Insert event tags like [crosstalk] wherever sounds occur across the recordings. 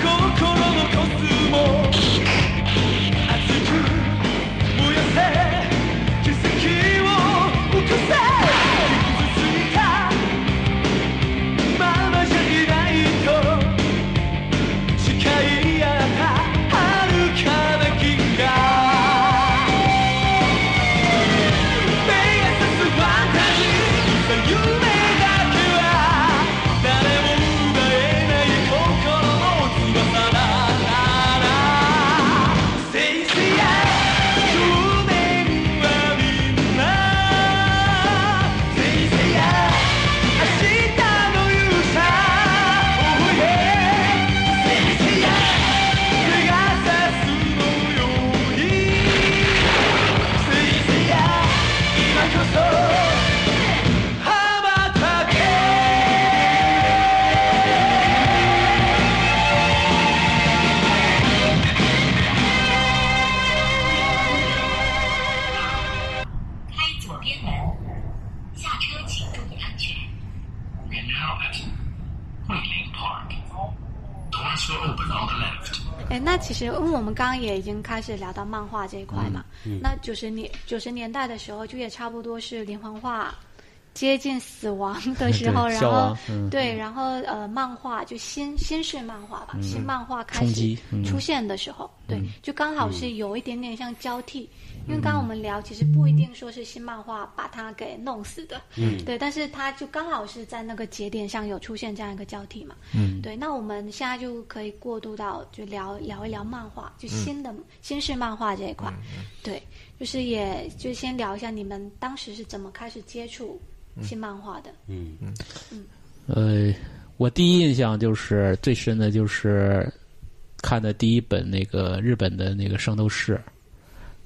心のコスモ熱く燃やせ奇跡を起こせ傷ついたままじゃいないと誓い合った遥かな銀河「目指す私に」「夢だけは誰も奪えない心の翼だから」「聖地や少年はみんな」「聖地や明日の勇者」「おえ」「聖地やペガサスのように」「水星や今こそ羽ばたけ」开左边门，下车请注意安全。 We're now at Guilin Park. Doors will open on the left. 哎，那其实因为我们刚刚也已经开始聊到漫画这一块嘛，嗯那九十年九十年代的时候，就也差不多是连环画接近死亡的时候， [laughs] 然对消后亡、嗯对，然后呃，漫画就新新式漫画吧，新漫画开嗯冲始击嗯出现的时候，对，就刚好是有一点点像交替，因嗯为刚刚我们聊，其实不一定说是新漫画把它给弄死的，嗯，对，但是它就刚好是在那个节点上有出现这样一个交替嘛，嗯，对，那我们现在就可以过渡到就聊聊一聊漫画，嗯就新的、新式漫画这一块。对，就是也就先聊一下你们当时是怎么开始接触新漫画的。嗯呃，我第一印象就是最深的就是看的第一本那个日本的那个《圣斗士》，《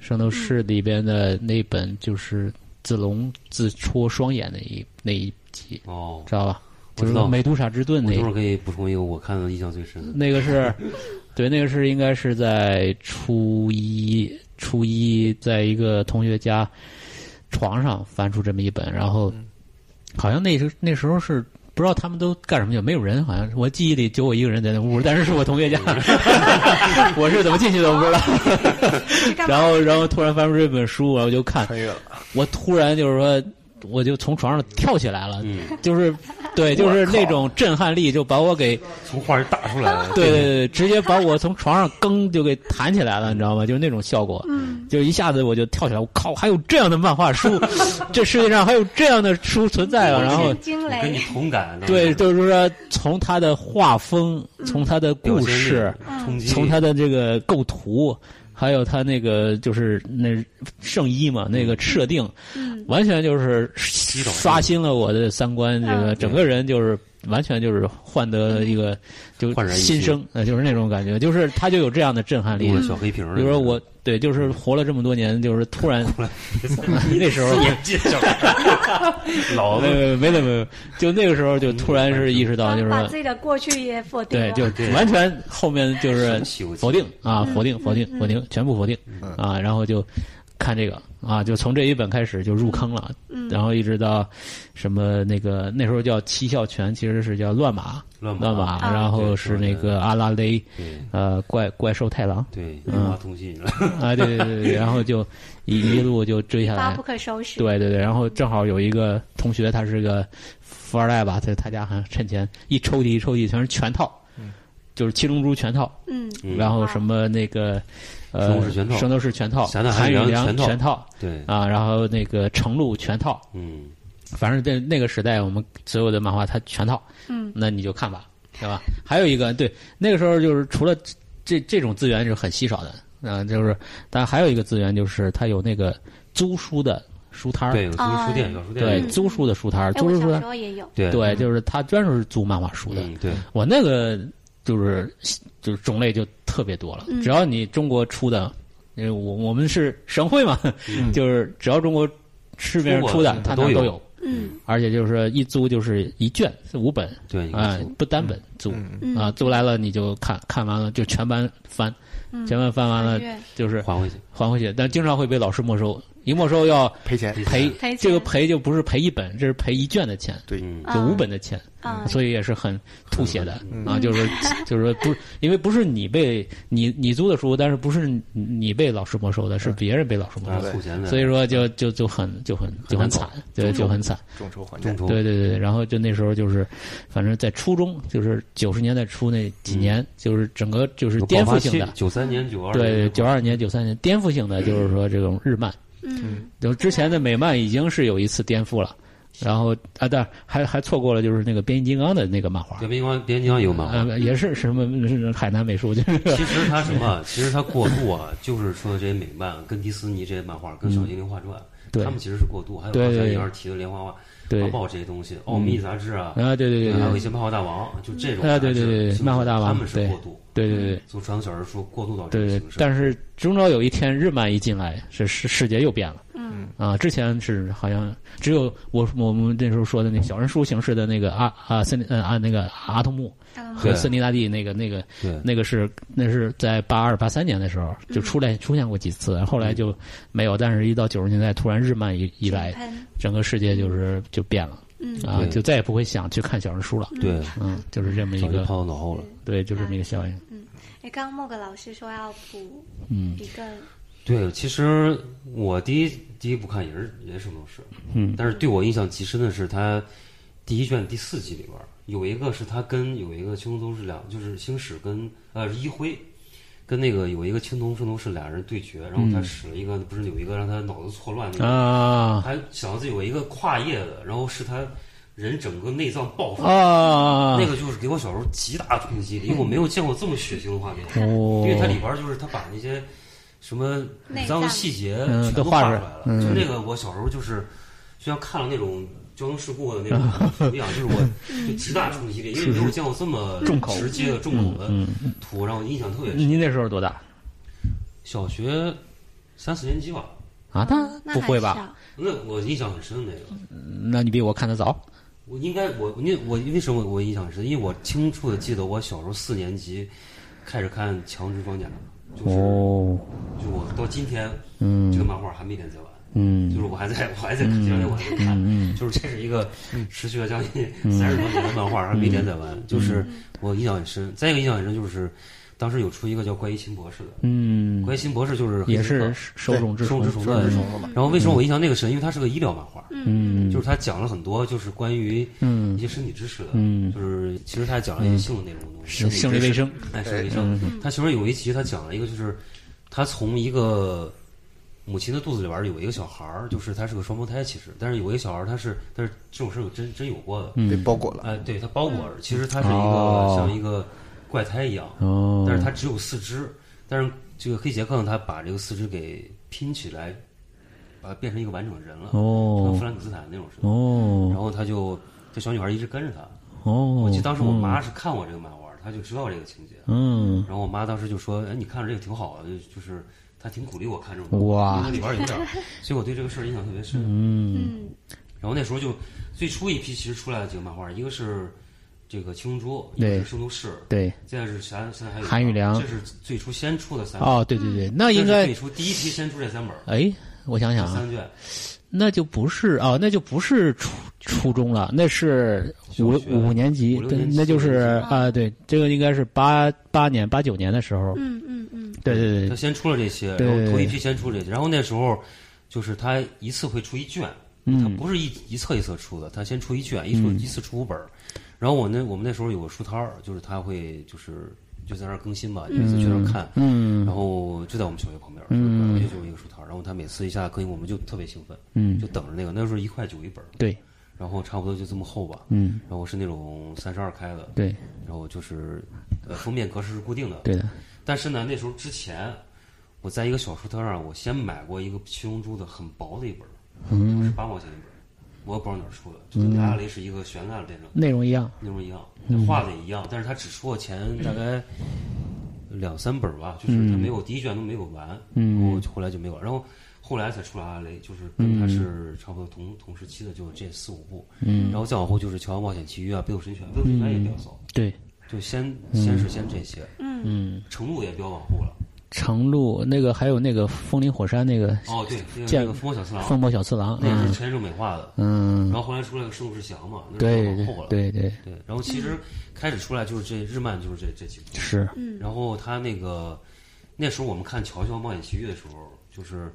圣斗士》里边的那本就是子龙自戳双眼那一那一集，哦，知道吧？我就知是道美杜莎之盾我那一一会儿可以补充一个我看到印象最深的。那个是，对，那个是应该是在初一，初一在一个同学家床上翻出这么一本，然后嗯好像那时那时候是不知道他们都干什么去，没有人，好像是我记忆里就我一个人在那屋，但是是我同学 [laughs] 家，我是怎么进去的我不知道。 [laughs] 是干嘛然后然后突然翻出这本书，然后就看，穿越了，我突然就是说，我就从床上跳起来了，嗯就是对，就是那种震撼力就把我给。从画里打出 [laughs] 来了，对对对，直接把我从床上更就给弹起来了，你知道吗？就是那种效果，就一下子我就跳起来，我靠，还有这样的漫画书，这世界上还有这样的书存在啊！然后神惊我跟你雷，同感。当对，时就是说从他的画风，从他的表故现力事，冲击，从他的这个构图，还有他那个就是那圣衣嘛，那个设定，嗯完全就是种刷新了我的三观，这嗯个整个人就是完全就是换得一个就焕然一新新生，呃，就是那种感觉，就是他就有这样的震撼力我。小黑瓶儿。比如说我对，就是活了这么多年，就是突然 [laughs] 那时候介绍老没子没没没没，就那个时候就突然是意识到，就是把说自己的过去也否定对，了。就完全后面就神是奇嗯我记得否定啊，嗯否定，否定，否定，全部否定啊，然后就看这个啊，就从这一本开始就入坑了，嗯然后一直到什么那个那时候叫七笑拳，其实是叫乱马，乱乱马，马啊然后对是对那个阿拉蕾对，呃，怪怪兽太郎对，樱花通信了，啊，对对对，对然后就一一路就追下发来不，可收拾。对对对，然后正好有一个同学，他是个富二代吧，在他家好像趁钱一抽屉一抽屉全是全套，就是七龙珠全套，嗯，嗯然后什么那个呃圣斗士全套圣斗士全套，侠盗韩韩宇宇良良全套全套对，啊，然后那个程璐全套，嗯，反正在那个时代，我们所有的漫画它全套，嗯，那你就看吧，对吧？还有一个对，那个时候就是除了这这种资源是很稀少的，嗯、就是但还有一个资源就是它有那个租书的书摊儿，对，有租书店，有书店，对，嗯租书的书摊儿，哎，租我书小书摊时儿，候也有。对对，就是他专门是租漫画书的。嗯，对，我那个就是就是种类就特别多了，嗯只要你中国出的，因为我我们是省会嘛，就是只要中国市面上出出过的的，它都那儿有都有。嗯而且就是说一租就是一卷是五本，对，你啊看，不单本租嗯啊，租来了你就看看完了就全班翻，全班翻完了嗯翻阅就是还回去，还回去，但经常会被老师没收，一没收要赔钱。赔赔钱这个赔就不是赔一本，这是赔一卷的钱，对，嗯就五本的钱，啊，所以也是很吐血的啊，就是说 [laughs] 就是说不，因为不是你被你你租的书，但是不是你你被老师没收的，是别人被老师没啊，收的，付钱的，所以说就就就很就很就很惨，对，就很惨。众筹还债众。筹对对对，对然后就那时候就是，反正在初中，就是九十年代初那几嗯年，就是整个就是颠覆性的，九三年、九二对，九二年、九三年颠覆性的，就是说这种日漫，嗯，就之前的美漫已经是有一次颠覆了，然后啊，但还还错过了就是那个变形金刚的那个漫画对，，变形金刚变形金刚也有漫画。呃，也是什么是海南美术，就是其实它什么？其实它过渡啊，就是说这些美漫跟迪斯尼这些漫画，跟赏金莲花传，对他们其实是过渡。还有对刚才对你要是提的莲花画、对画报这些东西，奥秘杂志啊，啊，对对对还有一对些漫画大王，就这啊种杂对志对对对形式漫画大王他们是对过渡，对对对。从传统小说书过渡到这对个对形，式。但是终究有一天，日漫一进来，是世世界又变了。嗯啊，之前是好像只有我我们那时候说的那小人书形式的那个啊啊森林呃啊那个阿童木啊和森林大地那个那个对那个是那是在八二八三年的时候就出来出现过几次，后嗯来就没有。但是，一到九十年代，突然日漫一一来，喷整个世界就是就变了。嗯啊对，就再也不会想去看小人书了。对，嗯，就是这么一早就个抛到脑后了。对，就这么一个效应。哎，刚刚莫格老师说要补嗯一个，对，其实我第一第一部看也是也是圣斗士，嗯但是对我印象极深的是他第一卷第四集里边儿有一个是他跟有一个青铜斗士两，就是星矢跟呃一辉跟那个有一个青铜圣斗士俩人对决，然后他使了一个、不是有一个让他脑子错乱嗯那个，嗯啊他小子有一个跨页的，然后是他人整个内脏爆发。啊，那个就是给我小时候极大冲击力，因为我没有见过这么血腥的画面。哦，因为它里边儿就是他把那些什么内脏脏细节嗯全都都画画出出来来了了。就那个，我小时候就是就像看了那种交通事故的那种 [laughs] 图一样，就是我就极大冲击力，因为没有见过这么重口嗯直接的重口的图，让我印象特别深。您那时候多大小学三四年级吧，啊？嗯那不还会小吧？？那我印象很深那个。那你比我看得早。我应该我因为我为什么我印象很深？因为我清楚的记得我小时候四年级开始看《强制装甲》，就是哦，就我到今天这个嗯漫画还没连载完。就嗯是我还在，我还在看，前两天我还在看，啊就是这是一个持续了将近嗯三十多年的漫画，还没连载完。就是我印象很深，再一个印象很深就是，当时有出一个叫怪医秦博士的，嗯，怪医秦博士就是也黑神是话受众之受众之虫虫的的，然后为什么我印象那个深？因为它是个医疗漫画，嗯，就是他讲了很多就是关于一些身体知识的，嗯就是其实他还讲了一些性的内容的东西，是性力卫生，哎，生理卫嗯生。他其实有一集他讲了一个，就是他从一个母亲的肚子里边儿有一个小孩儿，就是他是个双胞胎，其实，但是有一个小孩儿他是，但是这种事儿有真真有过的，被包裹了，哎，对他包裹着，其实他是一个、嗯哦像一个怪胎一样，哦，但是他只有四肢，但是这个黑杰克呢，他把这个四肢给拼起来，把它变成一个完整的人了，就跟弗哦兰肯斯坦那种似的。然哦后他就这小女孩一直跟着他。哦，我记得当时我妈是看过这个漫画，她就知道这个情节。嗯，然后我妈当时就说：“哎，你看着这个挺好的，就就是她挺鼓励我看这种东西，哇因为它里边有 [laughs] 点儿，所以我对这个事儿印象特别深。嗯，嗯然后那时候就最初一批其实出来的几个漫画，一个是这个青龙珠，一对个是圣斗士，对，现在是啥？现在还有韩宇良这是最初先出的三本，哦，对对对，那这应嗯是该最初第一批先出这三本儿，哎，我想想啊，三卷那就不是哦，那就不是初初中了，那是五小学五年级五六，对年级那就是嗯啊，对，这个应该是八八年八九年的时候，嗯嗯嗯，对对他对，先出了这些，对然后头一批先出这些，然后那时候就是他一次会出一卷，嗯他不是一一册一册出的，他先出一卷，一出一次出五本儿。然后我那我们那时候有个书摊儿，就是他会就是就在那儿更新嘛，每次去那儿看，嗯然后就在我们小学旁边儿，嗯，就有一个书摊儿，然后他每次一下更新，我们就特别兴奋，嗯就等着那个，那时候一块九一本儿，对，然后差不多就这么厚吧，嗯，然后是那种三十二开的，对然后就是呃封面格式是固定的，对的，但是呢，那时候之前，我在一个小书摊上，我先买过一个《七龙珠》的很薄的一本，嗯，是八毛钱一本，我也不知道哪儿出的，就跟达拉雷是一个悬案的变成内容一样，内容一样，画的也一样，但是他只出过前大概两三本吧，就是他没有第一卷都没有完，嗯，我后来就没有，然后后来才出了阿拉蕾，就是跟他是差不多同同时期的，就这四五部，嗯，然后再往后就是《乔安冒险奇遇》啊，《北斗神拳》，《北斗神拳》也比较早，对，就先先是先这些，嗯程度也比较往后了。长路那个还有那个风林火山那个哦，对，那个见那个《疯狂小次郎》，风暴小次郎，那是嗯陈升美化的，啊然嗯，后后来出来个圣斗士翔嘛，那是对再往后了。对对对，然后其实开始出来就是这日漫就是这这几部，是，然后他那个那时候我们看《乔乔冒险奇遇》的时候，就是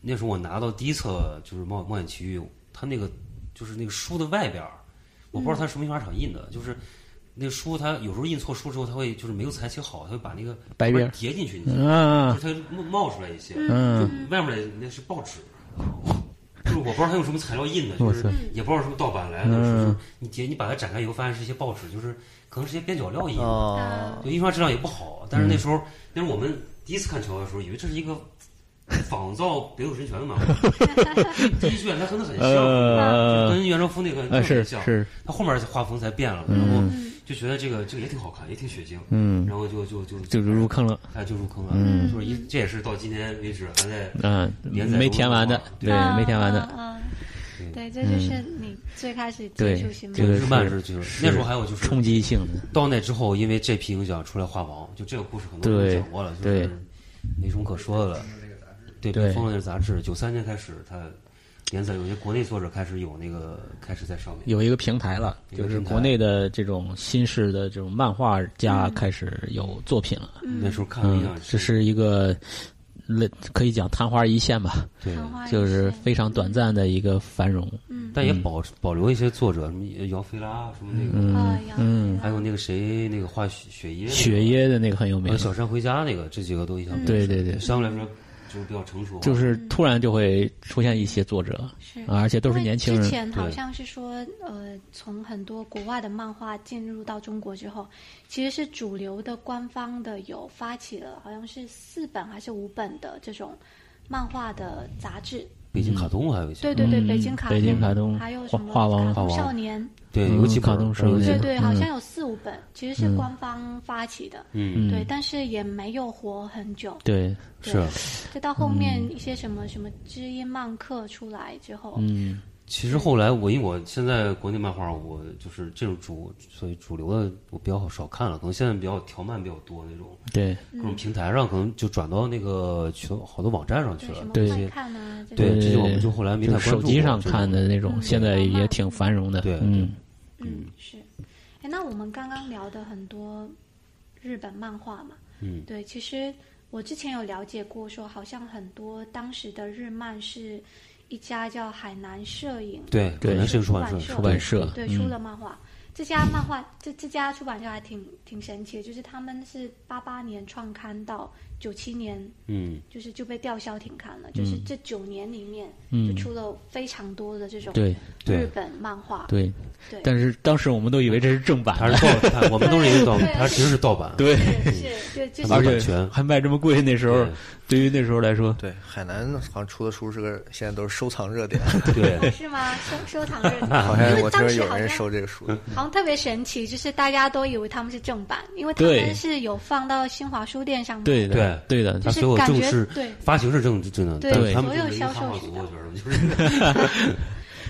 那时候我拿到第一册就是冒《冒险奇遇》，它那个就是那个书的外边儿，我不知道它是什么印刷厂印的，就是那个书它有时候印错书之后，它会就是没有裁切好，它会把那个白边儿叠进去，你知道吗啊就，是它冒冒出来一些，嗯，外面的那是报纸，就是我不知道它用什么材料印的，就是哇嗯也不知道什么盗版来的，就是你点你把它展开以后，发现是一些报纸，就是可能是一些边角料印的，哦，就印刷质量也不好。但是嗯那时候，那是我们第一次看乔的时候，以为这是一个仿造《北斗神拳》的漫画，第一卷它跟它很像，就呃，跟袁绍夫那个呃真的是很像，是，它后面画风才变了，然后就觉得这个这个也挺好看，也挺血腥，嗯，然后就就就就是入坑了，哎就入坑了，就是一这也是到今天为止还在。嗯，连载没填完的中，对，没填完的，嗯，嗯对，这就是你最开始接对触新这个漫日是漫是就是那时候还有就是冲击性的，到那之后，因为这批影响出来画王，就这个故事很多人对都讲过了，就对是没什么可说的了。对，对被封了那个杂志，九三年开始，它连载有些国内作者开始有那个开始在上面。有一个平台了，一个就是平台国内的这种新式的这种漫画嗯家开始有作品了，那时候看了一嗯样，，这是一个类可以讲昙花一现吧，对，谈话也就是非常短暂的一个繁荣，但嗯也保保留一些作者，什么姚菲拉，什么那个，啊，嗯，还有那个谁，那个画雪雪耶，雪，耶的那个很有还名呃有，小山回家那个，这几个都印象比较对深对对相对来说就是比较成熟，啊就是突然就会出现一些作者，是啊而且都是年轻因为人之，前好对像是说，呃，从很多国外的漫画进入到中国之后，其实是主流的官方的有发起了，好像是四本还是五本的这种漫画的杂志。北京卡通还有一些，对对对，嗯北京卡通，北京卡通还有什么画画王卡通画王少年，对，嗯有几本卡通社有几对嗯本对，好像有四五本，其实是官方发起的，嗯，对，但是也没有活很久。对，对是。啊就到后面一些什么什么知音漫客出来之后，嗯，其实后来我因为我现在国内漫画，我就是这种主所以主流的我比较少看了，可能现在比较条漫比较多那种，对，嗯各种平台上可能就转到那个去好多网站上去对了什么。快对看啊，这对种这些我们就后来没太呃就关是注手机上过看的那种，现在也挺繁荣的，对嗯，嗯，是。哎，那我们刚刚聊的很多日本漫画嘛，嗯，对，其实我之前有了解过说，好像很多当时的日漫是一家叫海南摄影对对本来是个出版出版社社出版社，对嗯出了漫画。这家漫画，这这家出版社还挺挺神奇的，就是他们是八八年创刊到九七年嗯就是就被吊销停刊了，就是这九年里面就出了非常多的这种对对日本漫画，对对，但是当时我们都以为这是正版它的，是盗，它我们都是以为盗对，它其实是盗版。啊对，是是对，就是而而且且还卖这么贵，那时候对于那时候来说，对，海南好像出的书是个现在都是收藏热 [laughs] 点，对哦是吗？收收藏热点，好像因我为听当说时有好人像收这个书，好像特别神奇，就是大家都以为他们是正版，因为他对们是有放到新华书店上面。对的，对的，它就是所有感正觉式对发行是正正的，对但是他所们有就是一个销售汉化渠族，道我觉得就是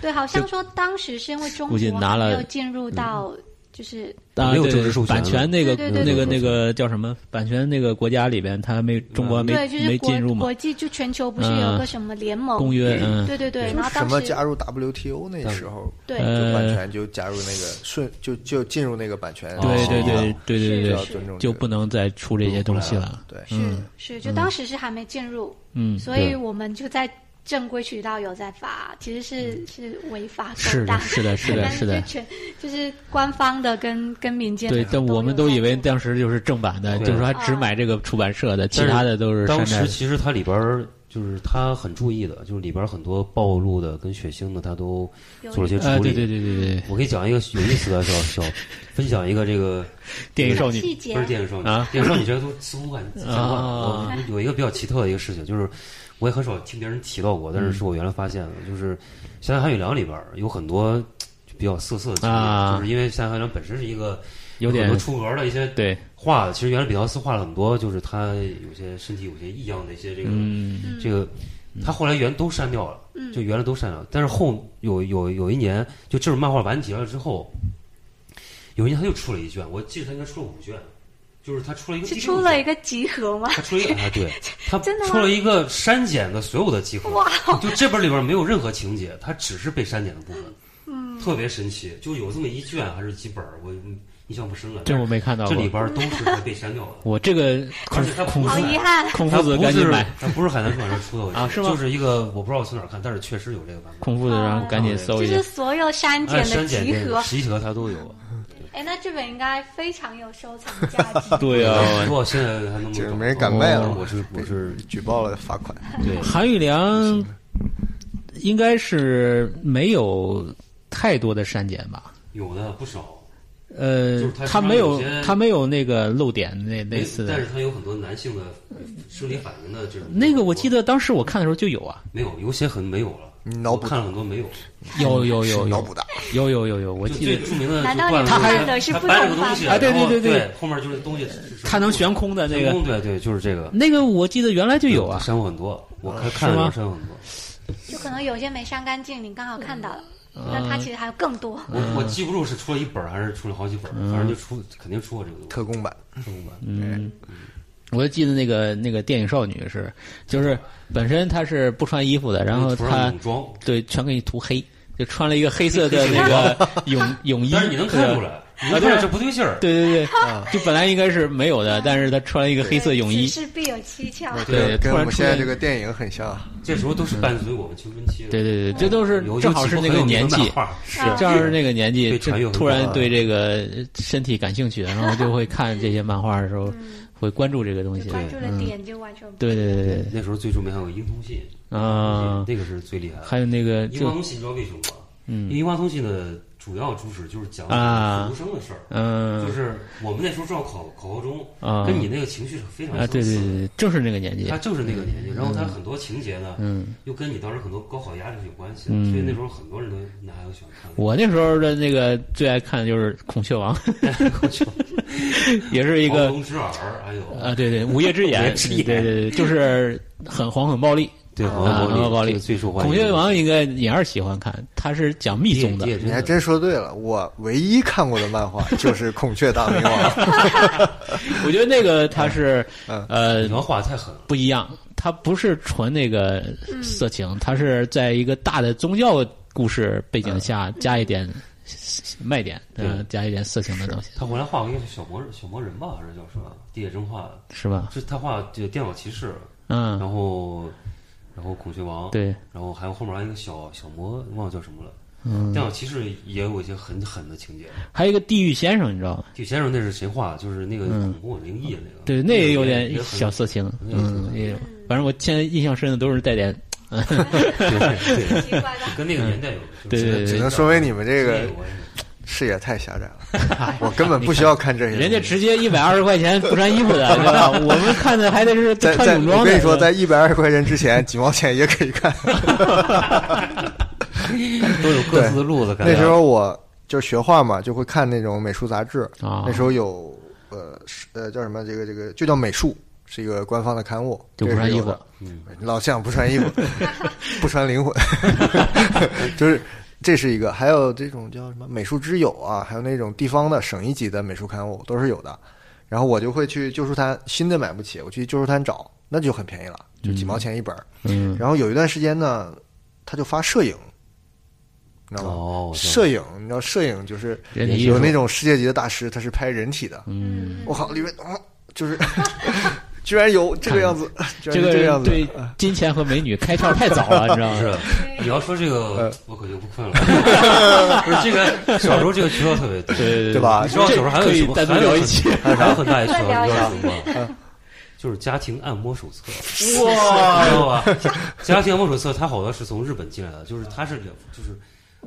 对好像说当时是因为中估计国拿还了嗯没有进入到就是啊，没有对政治授权版权那个对对对那个对那个叫什么？版权那个国家里边，他没中国没对，就没是进入国嘛嗯国？际就全球不是有个什么联盟公约，嗯，对对对，就然后什么当时加入 WTO 那时候，对就呃版权就加入那个顺就就进入那个版权对对协议了，对对对就对要对，尊重这个就不能嗯再出这些东西了。对是是，就当时是还没进入，嗯，所以我们就在正规渠道有在发，其实是是违法嗯勾是的当，[laughs] 是的是的但是的就全就是官方的跟跟民间对，的但我们都有以为在做当时就是正版的，对就是说还只买这个出版社 [laughs] 的，其他的都是山当寨时。其实它里边儿就是它很注意的，就是里边儿很多暴露的跟血腥的，它都做了一些处啊，对理。对对对对，我给你讲一个有意思的小小，分享一个这个电影少细女，节不是电影少女啊电影少女这个都司空看见啊我有一个比较奇特的一个事情，就是我也很少听别人提到过，嗯但是是我原来发现的，就是《夏海韩语良》里边儿有很多就比较色色的情节，啊就是因为《夏海韩语良》本身是一个有很点多出格的一些对，画，其实原来比奥斯画了很多，就是他有些身体有些异样的一些这个、嗯，这个，他后来原都删掉了，嗯就原来都删掉了。但是后有有有一年，就这种漫画完结了之后，有一年他又出了一卷，我记得他应该出了五卷，就是他出了一个是第六出了卷一个集合 [laughs] 吗？他出了 [laughs] 一个啊，对，他真的吗出了一个删减的所有的集合，哇就这本里边没有任何情节，它只是被删减的部分，嗯，特别神奇，就有这么一卷还是几本儿，我印象不深了，啊这我没看到这里过。。边都是它被删掉的 [laughs] 我这个孔而且它孔不夫好是遗 [laughs] 憾，孔它夫不子是赶紧买，它不是海南出版社出的，我觉得啊是吗就是一个我不知道从哪儿看，但是确实有这个版本。孔夫子，然后赶紧搜啊就一下是。所有删按减的啊删减集这合个。集合它都有，哎，那这本应该非常有收藏价值。 [laughs] 对啊，不过现在还能就是找没人敢卖了哦嘛我是我是举报了罚款。对，韩玉良应该是没有太多的删减吧？有的不少，呃就是，他他没有身上有些他没有那个漏点那没类似但的是。它有很多男性的生理反应的这种。那个我记得得当时我看的时候就有啊，没有，有些很没有了。你脑补我看了很多没有，有哦有有是脑有补的，有有有有，我就记最得著名的难道你他看的是不搬了个同东西，版本啊对然后对对对对，后面就是东西是他能悬空的那悬个空，对对，就是这个那个我记得原来就有啊。删过很多，我看看是吗了删过很多，就可能有些没删干净，你刚好看到了，嗯但它其实还有更多。我我记不住是出了一本儿还是出了好几本儿，反正就出肯定出过这个东西。特供版，特工版，嗯，我就记得那个那个电影少女是，就是本身她是不穿衣服的，然后涂上她泳装，对全给你涂黑，就穿了一个黑色 [laughs] 的那个泳泳衣，啊啊但是你能看出来，你能看出来这不对劲儿。 [laughs] 对对啊对，就本来应该是没有嗯的，但是她穿了一个黑色泳衣此，事必有蹊跷。对，跟突我然们出现在现这个电影很像。啊这时候都是伴随我们青春期的，对对对，这都是嗯有正好是那个年纪，是正好是那个年纪，啊对这传阅很突广然对这个身体感兴趣，然后就会看这些漫画的时候，嗯会关注这个东西就。关注嗯的点就完全不对对对对那时候最著名还有樱通信对，啊，那个是最厉害的。还有那个樱花就嗯通信，你知道嗯为什么吗？因为樱花通信的主要主旨就是讲啊复读生的事儿，就嗯是我们那时候正好考考高中，啊跟你那个情绪是非常啊，对相对似对的。对，正是那个年纪他，就是那个年纪，然后他很多情节呢，嗯。又跟你当时很多高考压力是有关系的，嗯所以那时候很多人都男孩都喜欢看。我那时候的那个最爱看的就是《孔雀王》，也是一黄个龙之哎儿，还有啊，对对，午夜之眼， [laughs] 午夜之眼对对对，就是很黄很暴力。对黄龙龙暴力最受欢迎。孔雀王应该也是喜欢看，他是讲密宗的你也你还真说对了，我唯一看过的漫画就是《孔雀大明王》，我觉得那个他是嗯呃你要画得太狠了。不一样，他不是纯那个色情，他是在一个大的宗教故事背景下加一点卖点，嗯对，加一点色情的东西，他后来画过一个小魔人小魔人吧，还是叫什么？地铁真画，是吧？是他画这个电脑骑士，嗯，然后然后孔雀王，，对，然后还有后面还有一个小小魔，忘了叫什么了。嗯，电脑骑士也有一些很狠的情节。还有一个地狱先生，你知道吗？地先生那是谁画的？就是那个恐怖灵异的那个。对，那也有也点也很小色情，也很嗯，也有。反正我现在印象深的都是带点对对 [laughs] 对，奇怪的。跟那个年代有。对嗯对对只能说明你们这这个视野太狭窄哎了。我根本不需要看这些东西。人家直接一百二十块钱不穿衣服的，对吧？我们看的还得是在穿在，泳我装的。跟你说，在一百二十块钱之前，几毛钱也可以看。都有各自的路子。感觉那时候我就学画嘛，就会看那种美术杂志。啊那时候有呃是呃叫什么？这个这个就叫美术，是一个官方的刊物。就不穿衣服这是有的，老将不穿衣服，不穿灵魂， [laughs] 就是。这是一个，还有这种叫什么美术之友啊，还有那种地方的省一级的美术刊物都是有的。然后我就会去旧书摊，新的买不起，我去旧书摊找，那就很便宜了，就几毛钱一本儿。嗯，然后有一段时间呢，他就发摄影，你知道吗？哦我知道摄影，你知道摄影就是人体艺术有那种世界级的大师，他是拍人体的。嗯，我靠，里面啊，就是 [laughs] 居然有这个样 [laughs] 子，居这然是个这个样人子。对金钱和美女开窍太早了，你知道 [laughs] 吗？是，你要说这个，我可就不困了。 [laughs] 不是这个，小时候这个渠道特别对多，对对吧你知道小时候还有可以什么？单独还有聊很一期。 [laughs] 还有很大一渠道，你知道再什么吗？ [laughs] 就是家庭按摩手册， [laughs] 哇，知道吧？家庭按摩手册，它好多是从日本进来的，就是它是就是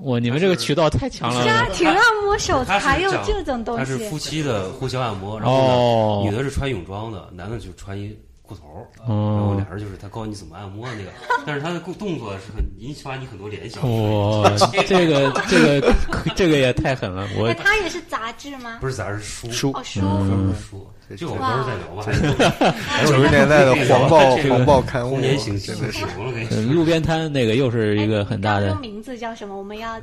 哇，你们这个渠道太强 [laughs] 了 [laughs] 家庭按摩手它还是有讲这种东它是夫西，妻的互相按摩，然哦后呢，女的是穿泳装的，男的就穿一裤头儿，然哦后俩人就是他告诉你怎么按摩 [laughs] 那个，但是他的动动作是很引发你很多联想。哦哇，这个这个这个也太狠了！我哎，它也是杂志吗？不是咱是书书哦，书。专门书，嗯这个我们到时候再聊吧。还有九十年代的黄暴这个黄暴刊物童，年行记真的是，我跟你呃说，路边摊那个又是一个很大哎你刚的刚说名字叫什么？我们要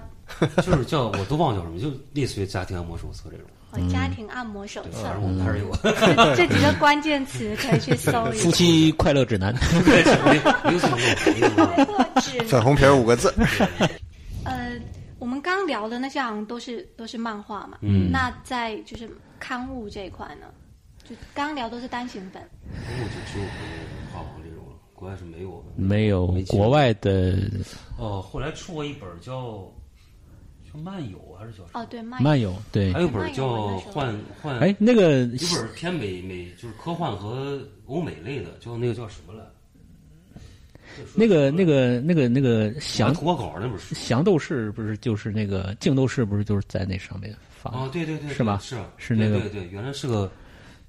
就是叫我都忘了叫什么，就类似于家庭按摩手册这种。哦，家庭按摩嗯手对，册反，正我们还是有， [laughs] 这这几个关键词可以去搜一嗯夫下。妻快乐指南，没有什么没有什么没错，指粉红皮儿五个字，哎呃，我们刚聊的那些好像都是都是漫画嘛，嗯那在就是刊物这一块呢，就刚聊都是单行本，我就只有国内画王这种了，国外是没有的。 [laughs] 没有没见国外的哦，后来出过一本叫叫漫游还是叫什么哦，对，漫漫游，对还，有本叫漫游那时候幻幻，哎，那个有本偏美美就是科幻和欧美类的，叫那个叫什么来？那个那个那个那个讲降脱稿那本书降斗士不是就是那个竞斗士不是就是在那上面发的哦，对对对，是吧是是对那个对对，原来是个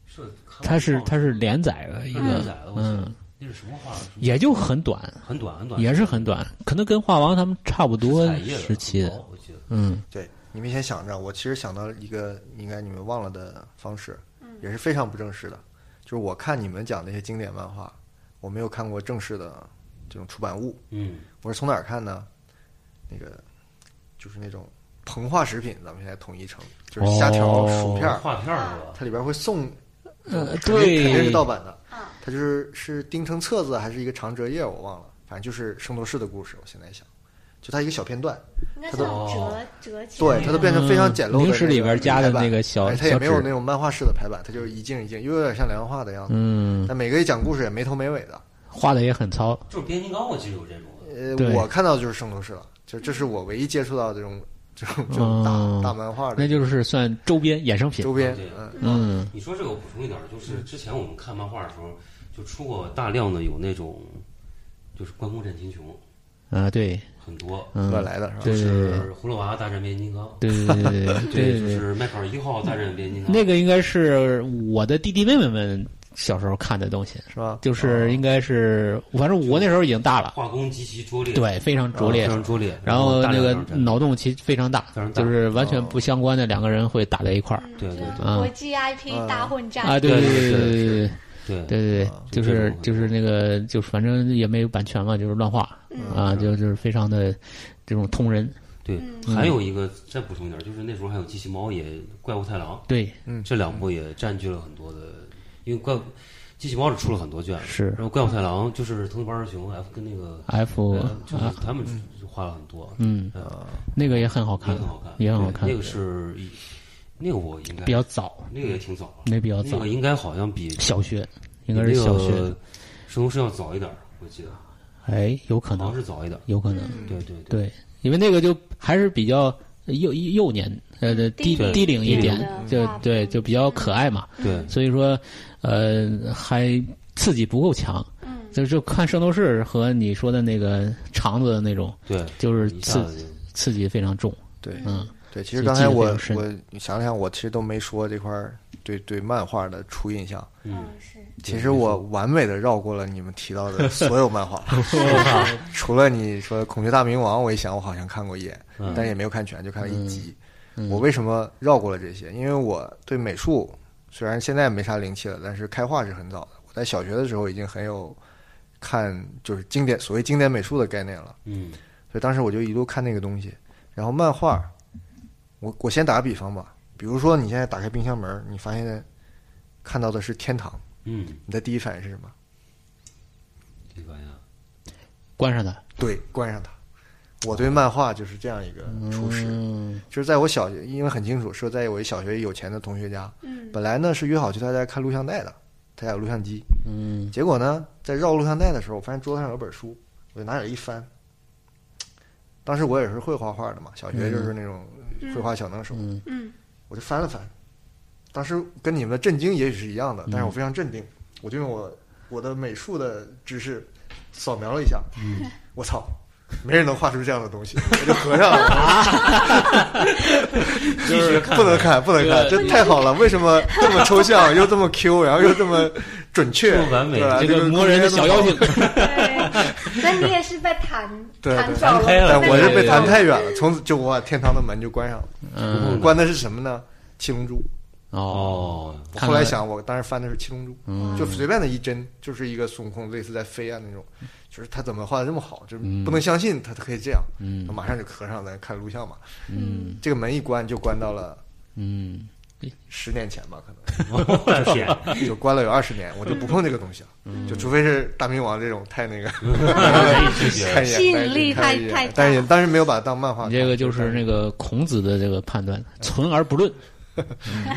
是个看它是漫画它是连载的一连载个的，我记得嗯，那是什么画？什么也就很短，很短很短，也是很短，可能跟画王他们差不多彩页的时期很的，薄我记得嗯，对，你们先想着，我其实想到一个应该你们忘了的方式，也是非常不正式的，就是我看你们讲那些经典漫画，我没有看过正式的这种出版物，嗯，我是从哪儿看呢？那个就是那种膨化食品，咱们现在统一成就是虾条、哦薯片儿，画片儿是吧？它里边会送，呃，肯定肯定是对，盗版的啊，它就是是钉成册子还是一个长折页，我忘了，反正就是圣斗士的故事，我现在想。就它一个小片段，应该是有折折起来对，的它都变成非常简陋的嗯那个零食里边加的排版那个小哎它也没有哦小纸那种漫画式的排版，它就是一镜一镜，又有点像连环画的样子。嗯，但每个也讲故事也没头没尾的。画的也很糙，就是变形金刚，我记得有这种的。呃，对我看到的就是圣斗士了，就这是我唯一接触到的这种这种这种大、嗯大漫画的，那就是算周边衍生品周，边对，嗯，嗯，你说这个我补充一点儿，就是之前我们看漫画的时候，就出过大量的有那种，就是关公战秦琼，啊，对，很多，嗯，乱来的是吧？对就是葫芦娃大战变形金刚，对对对对对对就 [laughs] 对。是迈克尔一号大战变形金刚，那个应该是我的弟弟妹妹们小时候看的东西，是吧？哦就是应该是，反正我那时候已经大了，画工极其拙劣，啊对，非常拙劣非，常拙劣，然后哦大那量个量产脑洞其实非常大非常，大哦就是完全不相关的两个人会打在一块儿嗯对对就是对国际 IP 大混战啊，对对对对对对对对对对对，就啊这是种就是那个就是反正也没有版权嘛，就是乱画嗯啊，嗯就就是非常的这种通人，对，还有一个再补充一点儿，就是那时候还有机器猫也怪物太郎，对，这两部也占据了很多的，因为怪物机器猫是出了很多卷，是然后怪物太郎就是藤子不二雄 F 跟那个 F 呃就是啊，他们画了很多，嗯呃，那个也很好也看很好看，，也很好看对那，个是一那个我应该比较早，那个也挺早了，那比较那早个，应该好像比小学比应该是小那学个，圣斗士要早一点儿，我记得哎，有可好像能，是早一点儿，有可嗯能，对对对，对，因为那个就还是比较幼幼年，呃，低嗯低龄低龄一一点点的，就画对，风嗯就比较可爱嘛，对所以说，呃，还刺激不够强，嗯，就就看圣斗士和你说的那个肠子的那种，对，就是一下刺子就刺激非常重，对嗯，对，其实记刚才得非我常深我你想想，我其实都没说这块儿对对漫画的初印象。嗯是，其实我完美的绕过了你们提 [laughs] 到的所有漫画，就是除了你说《孔雀大明王》，我一想我好像看过一眼，嗯嗯但也没有看全，就看了一集。我为什么绕过了这些？因为我对美术虽然现在没啥灵气了，但是开化是很早的。我在小学的时候已经很有看就是经典所谓经典美术的概念了，嗯所以当时我就一路看那个东西。然后漫画，我我先打个比方吧，比如说你现在打开冰箱门，你发现看到的是天堂，嗯，你的第一反应是什么？这个玩意儿。关上它，对，关上它。我对漫画就是这样一个初识，嗯就是在我小学，因为很清楚是在我一小学有钱的同学家，嗯本来呢是约好去他家看录像带的，他家有录像机，嗯结果呢在绕录像带的时候，我发现桌子上有本书，我就拿起来一翻。当时我也是会画画的嘛，小学就是那种绘画小能手，嗯嗯我就翻了翻，当时跟你们的震惊也许是一样的，嗯但是我非常镇定，我就用我我的美术的知识扫描了一下，嗯我操，没人能画出这样的东西，我就合上了，就是不能看，不能看，这这太好了，为什么这么抽象，又这么 Q，然后又这么准确，这么完美对吧这这个个磨人的小妖精，啊对，那你也是被弹 [laughs] 对弹对走了，弹开了但我是被对弹太远了，从此就我把天堂的门就关上了， [laughs] 嗯关的是什么呢？七龙珠。哦，哦，我看嗯后来看想，我当时翻的是《七龙珠》，就随便的一帧，就是一个孙悟空类似在飞啊那种，就是他怎么画的这么好，就是不能相信他可以这样，嗯马上就合上咱看录像嘛。嗯这个门一关就关到了嗯十年前吧，可能。我 [laughs] 天，就关了有二十年，我就不碰这个东西了。嗯就除非是大明王这种太那个， [laughs] 太吸引力太太大但也当时没有把它当漫啊画看。你这个就是那个孔子的这个判断：存而不论，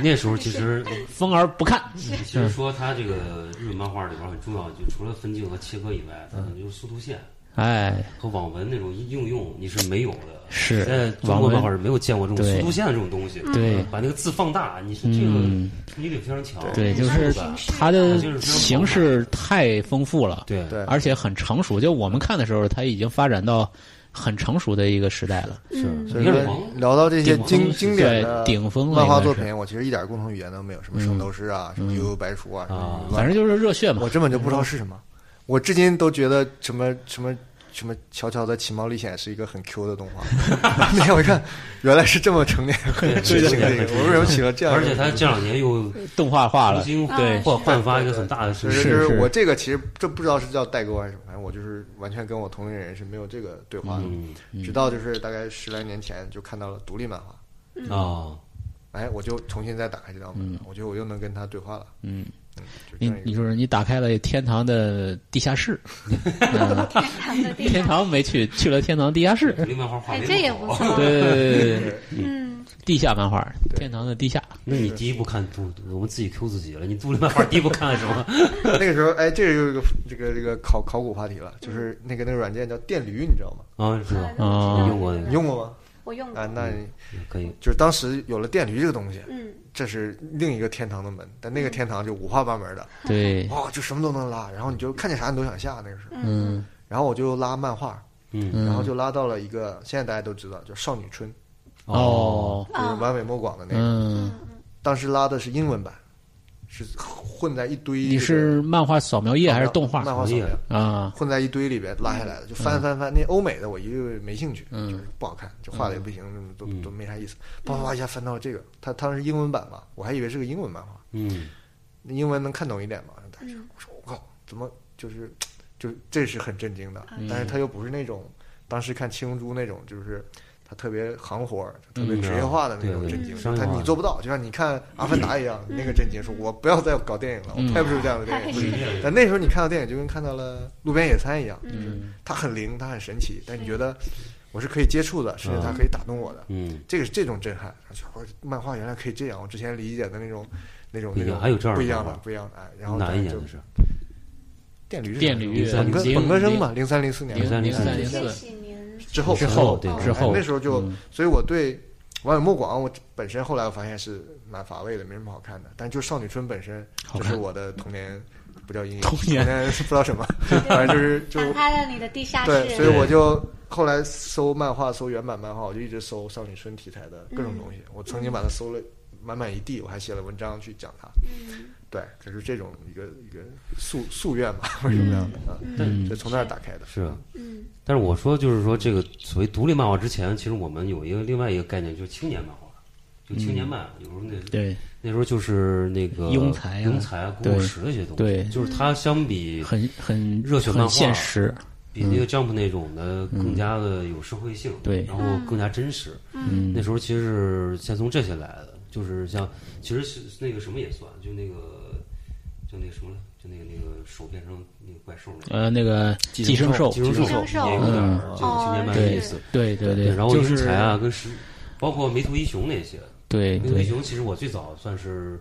那时候其 [laughs] 实封而不看。其嗯实说它这个日本漫画里边很重要，就除了分镜和切割以外，它可能就是速度线哎，和网文那种应用你是没有的。是现在中网国文漫画是没有见过这种对速度线这种东西，嗯对把那个字放大，你是这个嗯你得非常强，对，就是吧它的形式太丰富了，对对而且很成熟。就我们看的时候，它已经发展到很成熟的一个时代了。嗯，所以说聊到这些经顶峰经典的对顶峰了漫画应该作是嗯品，我其实一点共同语言都没有，什么圣斗士啊，什么悠悠白书啊，什么啊反乱正就是热血嘛 [laughs] 我，根本就不知道是什么，我至今都觉得什么什么什么《乔乔的奇猫历险》是一个很 Q 的动画。 [laughs] 那天我一看，原来是这么成年人对去对听这对个，对我为什么起了这样而的名且字？它这两年又动画化了重。新对焕焕发一个很大的就声是势就是是我这个其实这不知道是叫代沟还是什么，反正我就是完全跟我同龄人是没有这个对话的，嗯直到就是大概十来年前就看到了独立漫画，嗯啊，哎，我就重新再打开这道门了，我觉得我又能跟他对话了。嗯嗯，就你这样一个你就是你打开了天堂的地下室， [laughs] 嗯天堂的地天方，堂没去，去了天堂地下室。独立漫画画哎的，这也不好。错，对对对对对，嗯，地下漫画，天堂的地下。那你第一步看独，我们自己 Q 自己了。你独立漫画第一步看什 [laughs] 么？那个时候，哎，这个就是个这个这个考考古话题了，就是那个那个软件叫电驴，你知道吗？啊，是吧？哦你用过那你个？用过吗？我用过，啊，那你可以。就是当时有了电驴这个东西，嗯，这是另一个天堂的门，但那个天堂就五花八门的，对，哇、就什么都能拉，然后你就看见啥你都想下那个时候。嗯然后我就拉漫画，嗯，然后嗯，就拉到了一个现在大家都知道叫《少女春》，哦，就是完美莫广的那个，嗯，当时拉的是英文版，是混在一堆这个。你是漫画扫描页还是动画？漫画扫描哎呀啊，混在一堆里边拉下来的，就翻翻翻。那欧美的我一个没兴趣，就是不好看，就画的也不行，都都没啥意思。啪啪啪一下翻到这个，它它是英文版嘛，我还以为是个英文漫画，嗯，那英文能看懂一点嘛？嗯但是嗯我说我靠，怎么就是就这是很震惊的，但是它又不是那种当时看《七龙珠》那种，就是它特别行活儿、就特别嗯职业化的那种对对震对惊，商业它化你的做不到，就像你看《阿凡达》一样，那个震惊，说我不要再搞电影了，我拍不出这样的电影。但那时候你看到电影就跟看到了路边野餐一样，就是嗯嗯它很灵，它很神奇，但你觉得我是可以接触的，甚至它可以打动我的。嗯，这个是这种震撼，我漫画原来可以这样，我之前理解的那种那种不一那样种还有这样的不一样的漫画不一样的哎，然后哪一年就的是？电驴是电啥时候驴零本科本科生嘛，零三零四年零三零零三三零这四几年之后嗯之后对对哎之后那时候就嗯，所以我对王远莫广，我本身后来我发现是蛮乏味的，没什么好看的。但就少女春本身，好这看是我的童年，不叫阴影，童童年是不知 [laughs] 道什么，反正就是就打开了你的地下室，对，所以我就后来搜漫画，搜原版漫画，我就一直搜少女春题材的各种东西。我曾经把它搜了满满一地，我还写了文章去讲它。对，这是这种一个一个夙夙愿吧，或者什么样的啊？嗯就从那儿打开的。是啊。嗯但是我说就是说，这个所谓独立漫画之前，其实我们有一个另外一个概念，就是青年漫画，就青年漫。有时候那嗯对，那时候就是那个庸才啊庸才啊、对古石那些东西，对就是它相比很很热血漫画很现实，比那个 Jump 那种的更加的有社会性，嗯对然后更加真实。嗯那时候其实是先从这些来的，就是像其实是那个什么也算，就那个就那个什么了，就那个那个手变成那个怪兽那个呃，那个寄生兽，嗯寄生兽寄生兽也有点儿这个青年漫的对意思。对对对，然后就英是才啊，跟石，包括梅图一雄那些，对梅图一对，雄其实我最早算是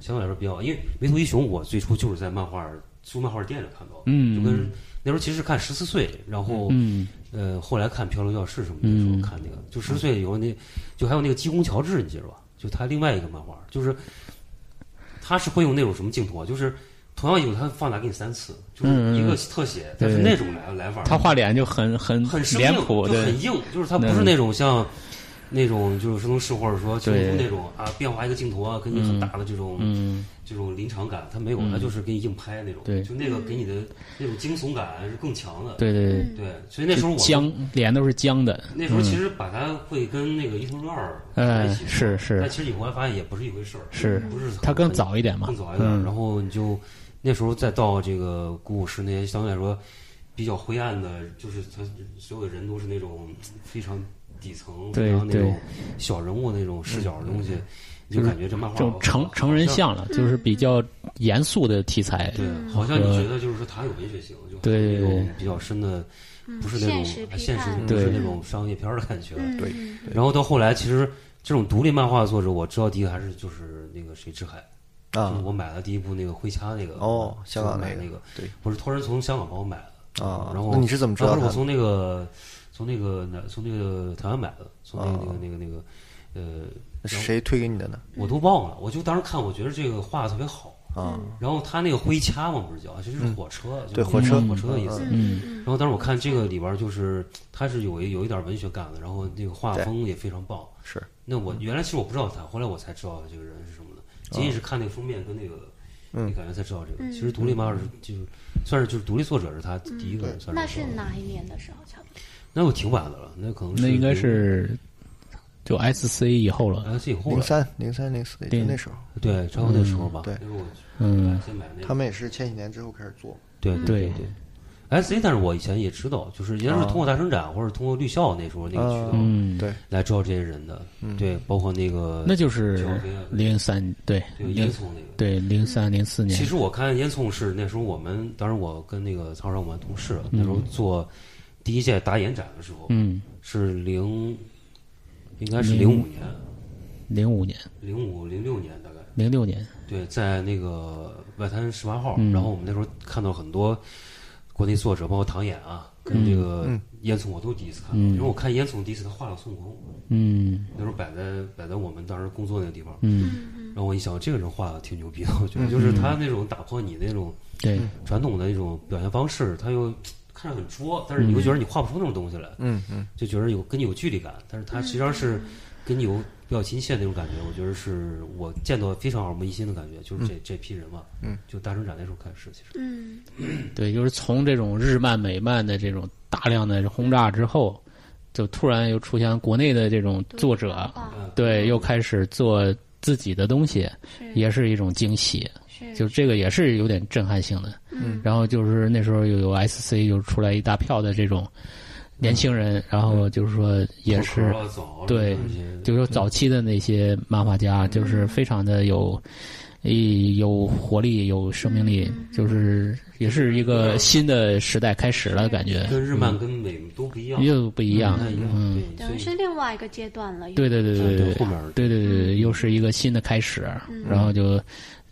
相对来说比较，因为梅图一雄我最初就是在漫画书漫画店里看到的，嗯就跟那时候其实看十四岁，然后嗯呃，后来看《漂流教室》什么的，嗯时候看那个，就十岁以后那，就还有那个《济公乔治》，你记着吧？就他另外一个漫画，就是他是会用那种什么镜头啊，就是同样有他放大给你三次，嗯就是一个特写，但是那种来来法儿，他画脸就很很很生脸硬，谱，就对很，硬，就是他不是那种像那种就是圣斗士或者说青龙对那种啊，变化一个镜头啊，给你很大的这种、嗯这种临场感，他没有，他就是给你硬拍那种，对就那个给你的那种惊悚感是更强的，对对对，对，所以那时候我们僵脸都是僵的，那时候其实把它会跟那个一同二哎一起做是是但其实你后来发现也不是一回事儿，是不是很它更早一点嘛更早一点。嗯然后你就那时候再到这个古武士那些相对来说比较灰暗的，就是他所有的人都是那种非常底层、对非常那对嗯种小人物那种视角的东西。你就感觉这漫画这种成成人像了，就是比较严肃的题材。对，嗯好像你觉得就是说它有文学性，就对有比较深的，不是那种嗯现啊实批现实判，不是对那种商业片儿的感觉。嗯对嗯然后到后来，其实这种独立漫画的作者，我知道第一个还是就是那个谁志海，就啊是我买了第一部那个灰掐那个哦香港就是买那个那个，对，我是托人从香港帮我买的嗯啊然后那你是怎么知道当时他我从那个从那个哪从那个台湾买的，从那啊个那个那个那个呃，谁推给你的呢？我都忘了，我就当时看，我觉得这个画的特别好。啊，嗯然后他那个灰掐嘛，不是叫，就是火车，就是对火车火车的意思。嗯然后当时我看这个里边儿，就是它是有一有一点文学感的，然后那个画风也非常棒。是那嗯我原来其实我不知道他，后来我才知道这个人是什么哦的，仅仅是看那个封面跟那个。嗯那感觉才知道这嗯个，其实独立漫画是就是算是就是独立作者是他第一个算是。嗯那是？哪一年的时候？差不多。那我挺晚的了，那可能那应该是就 S C 以后了， S 己后零了，三零三零四就对那时候，对，差不多那时候吧。对那时候我嗯先买那个。他们也是千禧年之后开始做。对对对哦对。S A，但是我以前也知道，就是也是通过大生展或者通过绿校那时候那个渠道、嗯，对，来知道这些人的，嗯对，包括那个那就是小飞啊零三对这个烟囱那个。对零三零四年其，实我看烟囱是那时候我们，当时我跟那个曹少我们同事啊那时候做第一届打演展的时候，嗯，是零，应该是零五年，零五年零五零六年大概。零六年，对，在那个外滩十八号，嗯然后我们那时候看到很多国内作者，包括唐衍啊，跟这个烟囱，我都第一次看，因为我看烟囱第一次他画了孙悟空，嗯那时候摆在摆在我们当时工作那个地方，嗯，然后我一想，这个人画的挺牛逼的，我觉得就是他那种打破你那种对，传统的那种表现方式，他又看着很拙，但是嗯你又觉得你画不出那种东西来，嗯嗯，就觉得有跟你有距离感，但是他实际上嗯是跟你有比较亲切那种感觉，我觉得是我见到非常耳目一新的感觉，就是这、这批人嘛，嗯，就大生展那时候开始，其实嗯，对，就是从这种日漫、美漫的这种大量的轰炸之后，就突然又出现国内的这种作者，啊，嗯对，又开始做自己的东西，是也是一种惊喜。是就这个也是有点震撼性的。嗯，然后就是那时候又有 SC 就是出来一大票的这种年轻人，然后就是说也脱是壳啊早啊对这些就是说早期的那些漫画家，就是非常的有。一有活力，有生命力，就是也是一个新的时代开始了，感觉跟日漫跟美都不一样，嗯又不一样不。太一样，嗯，对，等所于以是另外一个阶段了。对对对对对，后面儿对对对，又是一个新的开始，然后就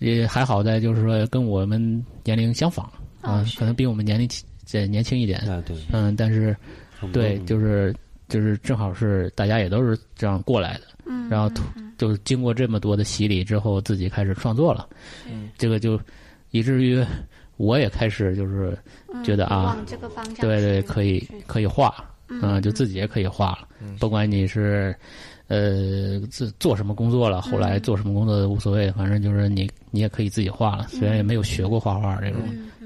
也还好在就是说跟我们年龄相仿哦啊，可能比我们年龄轻这年轻一点，哎对，嗯，但是差不多对，嗯就是就是正好是大家也都是这样过来的，嗯，然后突就是经过这么多的洗礼之后，自己开始创作了，嗯，这个就以至于我也开始就是觉得啊，嗯往这个方向去。对对，可以是可以画，嗯，就自己也可以画了，嗯不管你是呃自做什么工作了，后嗯来做什么工作都无所谓，反正就是你你也可以自己画了，嗯虽然也没有学过画画这种，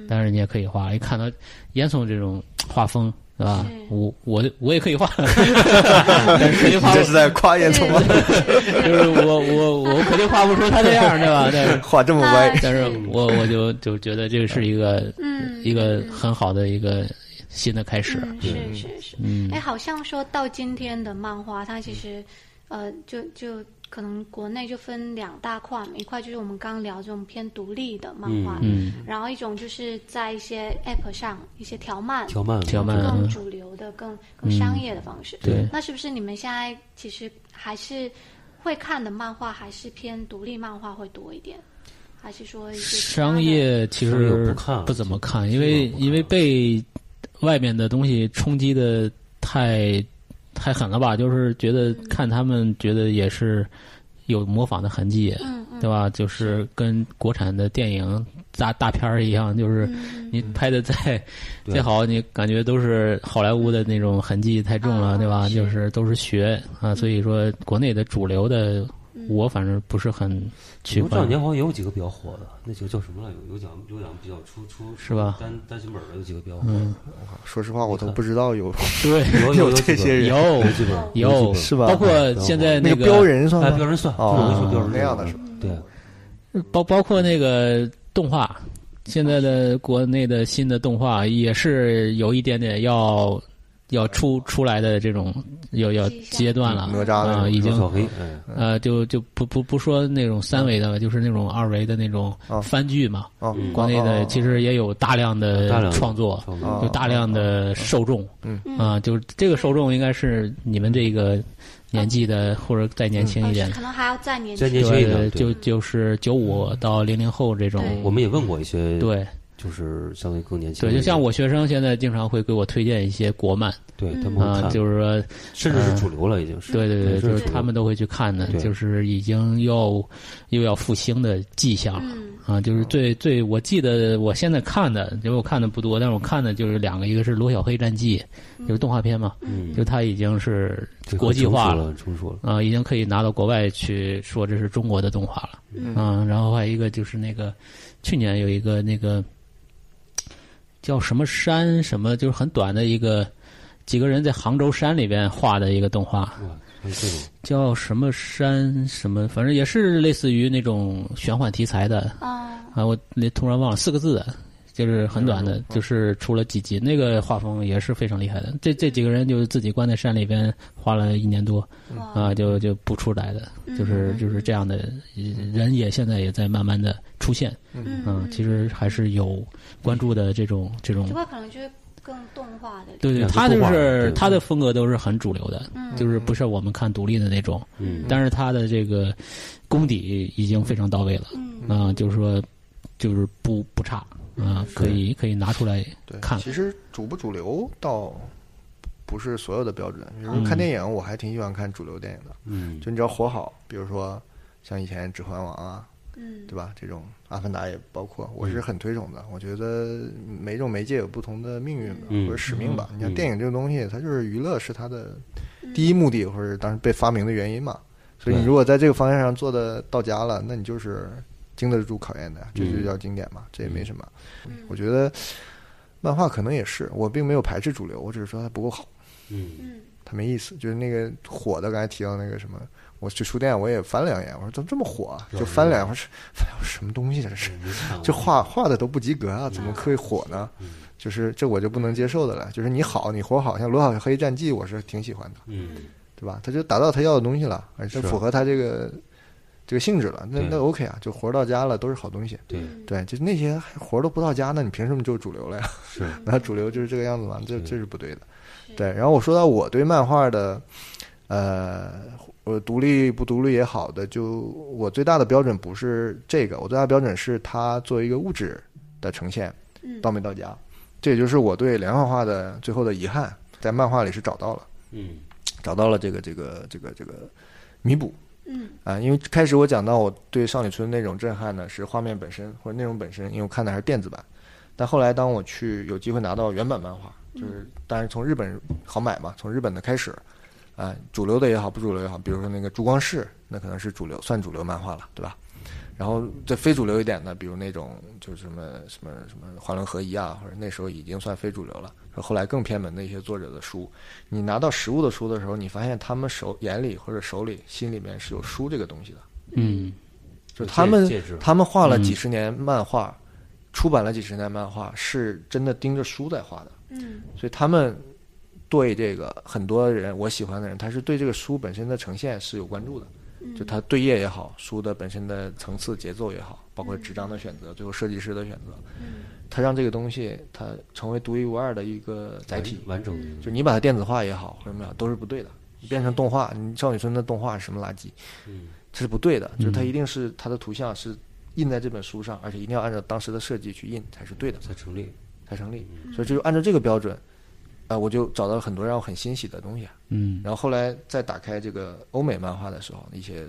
但是你也可以画。一看到烟囱这种画风，是吧？我我我也可 [laughs] 以画，但是肯定你画不这是在夸嗯 [laughs] 烟囱吗？就是我我我肯定画不出他那样，对吧？ [laughs] 但 [laughs] 是话这么啊歪，但是我我就就觉得这个是一个嗯一个很好的一个新的开始，嗯，是是是，嗯，哎，好像说到今天的漫画，它其实，呃，就就可能国内就分两大块嘛，一块就是我们刚刚聊这种偏独立的漫画，嗯，然后一种就是在一些 App 上一些条漫，条漫条漫更嗯主流的、更更商业的方式。对那是不是你们现在其实还是会看的漫画，还是偏独立漫画会多一点？还是说一些其他的商业其商业实不看了怎么看，基因本为不看因为了被外面的东西冲击的太太狠了吧，就是觉得嗯看他们觉得也是有模仿的痕迹，嗯嗯对吧？就是跟国产的电影大大片儿一样，嗯就是你拍的再嗯对再好，你感觉都是好莱坞的那种痕迹太重了，啊对吧？是嗯就是都是学啊，所以说国内的主流的。我反正不是很去我这关两注年，好像也有几个比较火的，那几个叫什么来着？有有两有两个比较出出是嗯吧单单行本儿的有几个比较火，说实话我都不知道有对，有有有这几些个人有 [laughs] 有几本儿有有几本儿是吧包括现在那个标，人算哎，吗？标人算，哦就是我说标人那样的是是嗯吧，对，包包括那个动画，现在的国内的新的动画也是有一点点要要出出来的这种要要阶段了，哪吒那啊，种已经小黑，嗯，呃，就就不不不说那种三维的了，就是那种二维的那种哦番剧嘛。哦，国内的哦其实也有大量大的量的呃创作，创哦作有大量的受众，嗯啊，就是这个受众应该是你们这个年纪的，或者再年轻一点呃，可能还要再年再轻。年轻一点，就对。就是九五到零零后这种，对嗯我们也问过一些，，对就是相对更年轻对，的一些，就像我学生现在经常会给我推荐一些国漫对嗯他们会啊，看，就是说，甚至是主流了，已经是。对对对，是就是主流他们都会去看的，对就是已经又又要复兴的迹象了。嗯，啊，就是最最，我记得我现在看的，因为我看的不多，但是我看的就是两个，一个是《罗小黑战记》，就是动画片嘛，嗯，就它已经是对国际化很了，成熟了，啊、已经可以拿到国外去说这是中国的动画了，嗯、然后还有一个就是那个去年有一个那个叫什么山什么，就是很短的一个几个人在杭州山里边画的一个动画，成熟了，哇，还有这种叫什么山什么，反正也是类似于那种玄幻题材的，哦，啊，我那突然忘了四个字的，就是很短的，就是出了几集，那个画风也是非常厉害的。这这几个人就是自己关在山里边花了一年多，哇，嗯啊，就就不出来的，就是就是这样的呃人也现在也在慢慢的出现，嗯啊，其实还是有关注的这种这种这。块可能就是更动画的，对对，两个他就动画是对他的风格都是很主流的，嗯就是不是我们看独立的那种，嗯但是他的这个功底已经非常到位了，嗯啊、就是说，就是不不差，啊、可以可以拿出来对，看其实主不主流倒不是所有的标准，比如嗯说看电影，我还挺喜欢看主流电影的，嗯，就你只要火好，比如说像以前《指环王》啊，嗯对吧？这种《阿凡达》也包括，我嗯是很推崇的。我觉得每种媒介有不同的命运吧，嗯或者使命吧。你像嗯电影这个东西，它就是娱乐是它的第一目的，或者当时被发明的原因嘛。所以你对如果在这个方向上做的到家了，那你就是经得住考验的，这嗯就叫经典嘛，这也没什么。嗯我觉得漫画可能也是，我并没有排斥主流，我只是说它不够好。嗯，嗯它没意思，就是那个火的，刚才提到那个什么，我去书店我也翻两眼，我说怎么这么火啊？就翻两眼，我说翻两眼什么东西啊这是？ [laughs] 这画画的都不及格啊，怎么可以火呢？就是这我就不能接受的了。就是你好，你火好，像《罗小黑战记》，我是挺喜欢的，嗯，对吧？他就达到他要的东西了，而且是符合他这个这个性质了，那对那 OK 啊，就活到家了都是好东西。对，嗯对，就那些活都不到家，那你凭什么就主流了呀？是， [laughs] 那主流就是这个样子嘛，这这是不对的。对，然后我说到我对漫画的，呃，我独立不独立也好的，就我最大的标准不是这个，我最大的标准是它作为一个物质的呈现嗯，到没到家。这也就是我对连环画的最后的遗憾，在漫画里是找到了，嗯，找到了这个这个这个这个弥补。嗯啊，因为开始我讲到我对少女村那种震撼呢，是画面本身或者内容本身，因为我看的还是电子版。但后来当我去有机会拿到原版漫画，就是当然从日本好买嘛，从日本的开始，啊，主流的也好，不主流也好，比如说那个珠光市，那可能是主流，算主流漫画了，对吧？然后再非主流一点的，比如那种就是什么什么什么华伦合一啊，或者那时候已经算非主流了，后来更偏门的一些作者的书，你拿到实物的书的时候，你发现他们手眼里或者手里、心里面是有书这个东西的，嗯就是他们戒指他们画了几十年漫画，出版了几十年漫画，是真的盯着书在画的，嗯所以他们对这个很多人我喜欢的人，他是对这个书本身的呈现是有关注的，嗯就他对页也好，书的本身的层次、节奏也好，包括纸张的选择，最后设计师的选择，嗯他让这个东西它成为独一无二的一个载体。完整的一个，就你把它电子化也好，或者什么样都是不对的。你变成动画，你少女村的动画是什么垃圾？嗯，这是不对的。就是它一定是它的图像是印在这本书上，而且一定要按照当时的设计去印才是对的，才成立，才成立。所以这就按照这个标准，啊、我就找到了很多让我很欣喜的东西啊。嗯然后后来再打开这个欧美漫画的时候，一些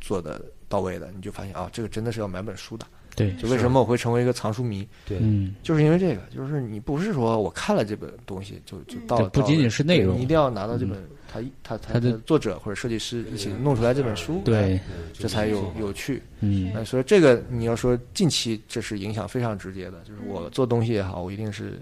做的到位的，你就发现啊，这个真的是要买本书的。对，就为什么我会成为一个藏书迷，对，嗯就是因为这个，就是你不是说我看了这本东西就就到这了，不到仅了仅是内对容嗯你一定要拿到这本他一他他他的的作者或者设计师一起弄出来这本书，对嗯哎，这才有有趣。嗯哎，所以这个你要说近期这是影响非常直接的，就是我做东西也好，我一定是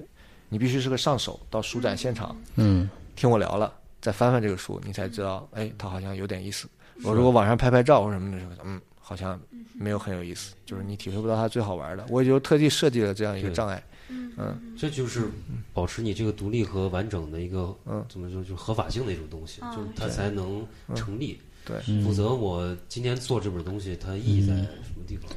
你必须是个上手，到书展现场嗯听我聊了，再翻翻这个书，你才知道，哎，它好像有点意思。我如果网上拍拍照或什么的时候，嗯，好像没有很有意思，就是你体会不到它最好玩的。我也就特地设计了这样一个障碍，嗯这就是保持你这个独立和完整的一个，嗯怎么说，就是合法性的一种东西，嗯就是它才能成立。对，嗯否则我今天做这本东西，它意义在什么地方？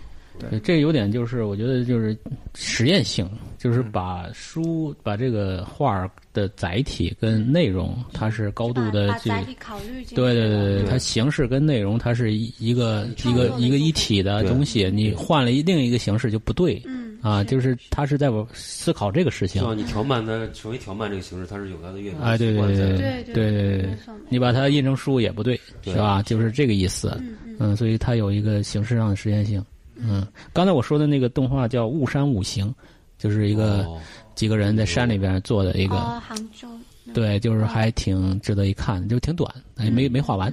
对，这有点就是我觉得就是实验性，就是把书、把这个画儿的载体跟内容，它是高度的把把这载体考虑进去对对了对对它形式跟内容它是一一个一创作个的一一部个分一体的对东西，你换了一另一个形式就不对。嗯啊，就是他是在我思考这个事情就，像你调慢它成为调慢这个形式，它是有它的乐哎，对对对对对对对没对错没错，你把它印成书也不对，是吧？就是这个意思。嗯，所以它有一个形式上的实验性。嗯，刚才我说的那个动画叫《雾山五行》，就是一个哦几个人在山里边做的一个，哦，杭州那个对，就是还挺值得一看，就挺短，哎，嗯没没画完，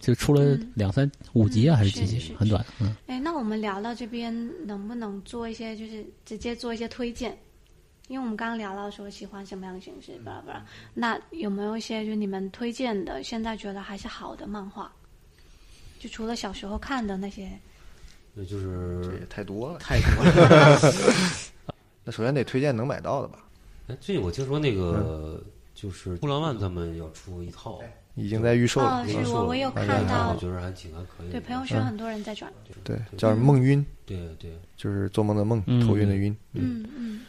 就出了两三五集啊，还是几是集是，很短。嗯，哎，那我们聊到这边，能不能做一些就是直接做一些推荐？因为我们刚刚聊到说喜欢什么样的形式，巴拉巴拉。那有没有一些就是你们推荐的，现在觉得还是好的漫画？就除了小时候看的那些，那就这是也太多了。太多了。 [laughs] 那首先得推荐能买到的吧，哎，最近我听说那个嗯就是布浪万他们要出一套，已经在预售了哦。应该是是我我有哎看那到我觉得还挺还可以的。对朋友嗯圈很多人在转，对，叫梦晕，对对，就是做梦的梦，嗯头晕的晕。嗯嗯，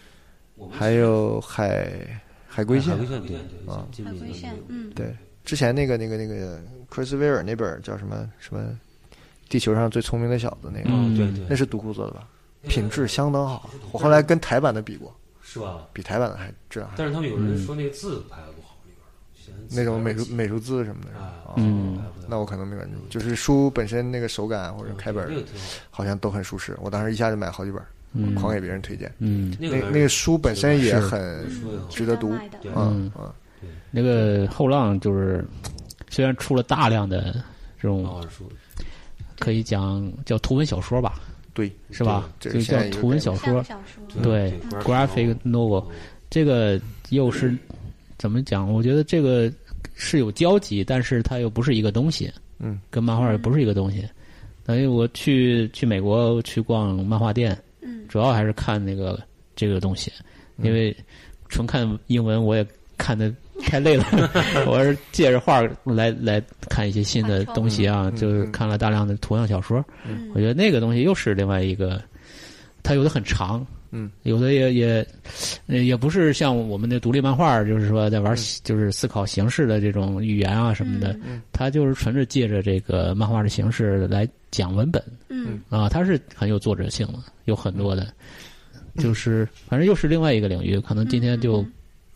我们 [laughs] 还有海海龟海线龟，线对啊金海敏龟的线那，个嗯，对，之前那个那个那个 Chris w e r 那本儿叫什么什么，地球上最聪明的小子那个，嗯哦对呃对，那是独库做的吧？那个品质相当好，我后来跟台版的比过，是吧？比台版的还质量还但是他们有人说那个字排的不好，里边儿显然字那种排美不术齐美术字什么的。哦啊，嗯排不了那我可能没关注，就是书本身那个手感或者开本那儿个挺好，好像都很舒适。我当时一下就买了好几本儿，嗯狂给别人推荐。嗯，那那个那个书本身也是很说也好值得读值得卖的对嗯嗯，那个后浪就是虽然出了大量的这种哦好好说，可以讲叫图文小说吧，对，是吧？这就个现叫在有图文点小说像，小说，对对嗯，graphic novel，这个又是怎么讲？我觉得这个是有交集，但是它又不是一个东西，嗯，跟漫画也不是一个东西。等于我去去美国去逛漫画店，嗯，主要还是看那个这个东西，嗯因为纯看英文我也看的太累 [laughs] 了，我是借着画儿来来看一些新的东西啊，嗯就是看了大量的图像小说，嗯我觉得那个东西又是另外一个，它有的很长，嗯，有的也也呃也不是像我们的独立漫画儿，就是说在嗯玩儿就是思考形式的这种语言啊什么的，嗯它就是纯是借着这个漫画的形式来讲文本，嗯啊，它是很有作者性的，有很多的，就是反正又是另外一个领域，可能今天嗯就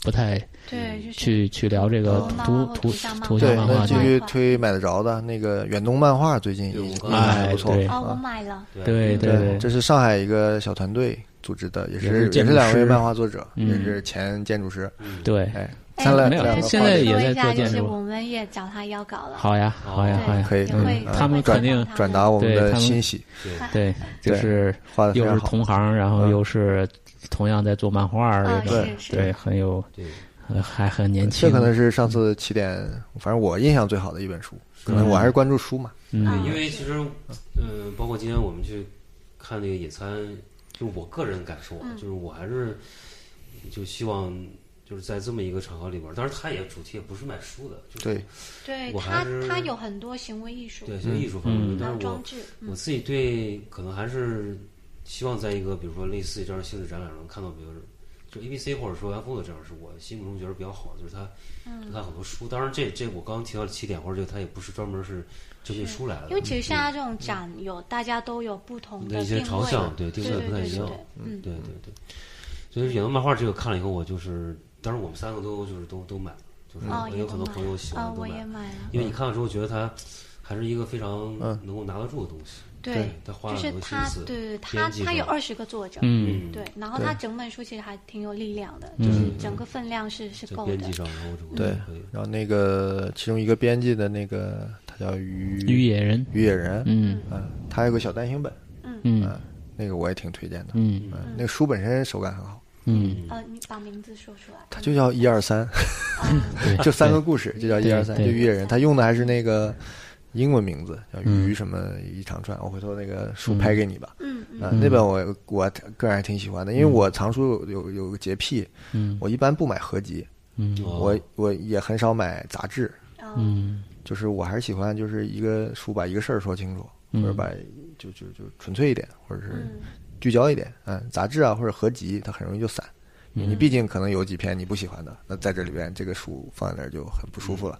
不太对，就是去去聊这个图图图对，像漫那画继这个。续推买得着的那个远东漫画，最近对也我也刚还不哎错对哦，我啊。买了，对对对这是上海一个小团队组织的，也也是是也建是筑两位师漫画作者，也嗯是前建筑师，嗯对，哎，哎咱俩没有咱他俩现在也说在一做下，就建是筑我们也找他要稿了，好呀，好呀，对好呀，可以也会嗯他们转肯定转达我们哎对的他们欣喜，对，就是画的非又常是好。同行，然后嗯又是同样在做漫画儿啊这种，是是对，很有，对呃还很年轻这，可能是上次起点，反正我印象最好的一本书，可能嗯我还是关注书嘛。嗯因为其实，嗯，包括今天我们去看那个野餐，就我个人感受啊，就是我还是就希望就是在这么一个场合里边儿，当然他也主题也不是卖书的，就是对，对我他还是，他有很多行为艺术，对，就是艺术方嗯面，还但有是我装置，嗯我自己对可能还是希望在一个比如说类似于这样的性质展览中看到，比如就 A B C 或者说 F 的这样，是我心目中觉得比较好的，就是它嗯就它很多书。当然这，这我刚刚提到的起点或者这个，它也不是专门是针对书来的，因为其实现嗯在这种展有大家都有不同的的一些定朝位向，对定对位对不太对一样对，嗯，对对对。所以远东漫画这个看了以后，我就是，当然我们三个都就是都都买了，就是哦我有很多朋友喜啊，欢都我买也了，买了，因为你看了之后觉得它还是一个非常能够拿得住的东西，对，他花就了是很多心他思，对他编辑他有上二十个作者，嗯，嗯，对，然后他整本书其实还挺有力量的，嗯就是整个分量是是在够编的辑，上，然后整个对可以，然后那个其中一个编辑的那个，他叫于于野人，于野人，嗯嗯，他有个小单行本，嗯那个我也挺推荐的，嗯嗯，那个书本身手感很好，嗯，呃，你把名字说出来，嗯它就 [laughs] 叫 [laughs] 一二三，就三个故事，就叫一二三，就对于野人，他用的还是那个英文名字叫《嗯鱼什么一长串》，我回头那个书拍给你吧。 [laughs] 嗯嗯嗯、那本我我个人还挺喜欢的，因为我藏书有有有个洁癖，嗯我一般不买合集，哦我我也很少买杂志，哦嗯就是我还是喜欢就是一个书把一个事儿说清楚，或者把就就就纯粹一点，或者是嗯聚焦一点。嗯，杂志啊或者合集，它很容易就散。你毕竟可能有几篇你不喜欢的，那在这里边这个书放在那儿就很不舒服了。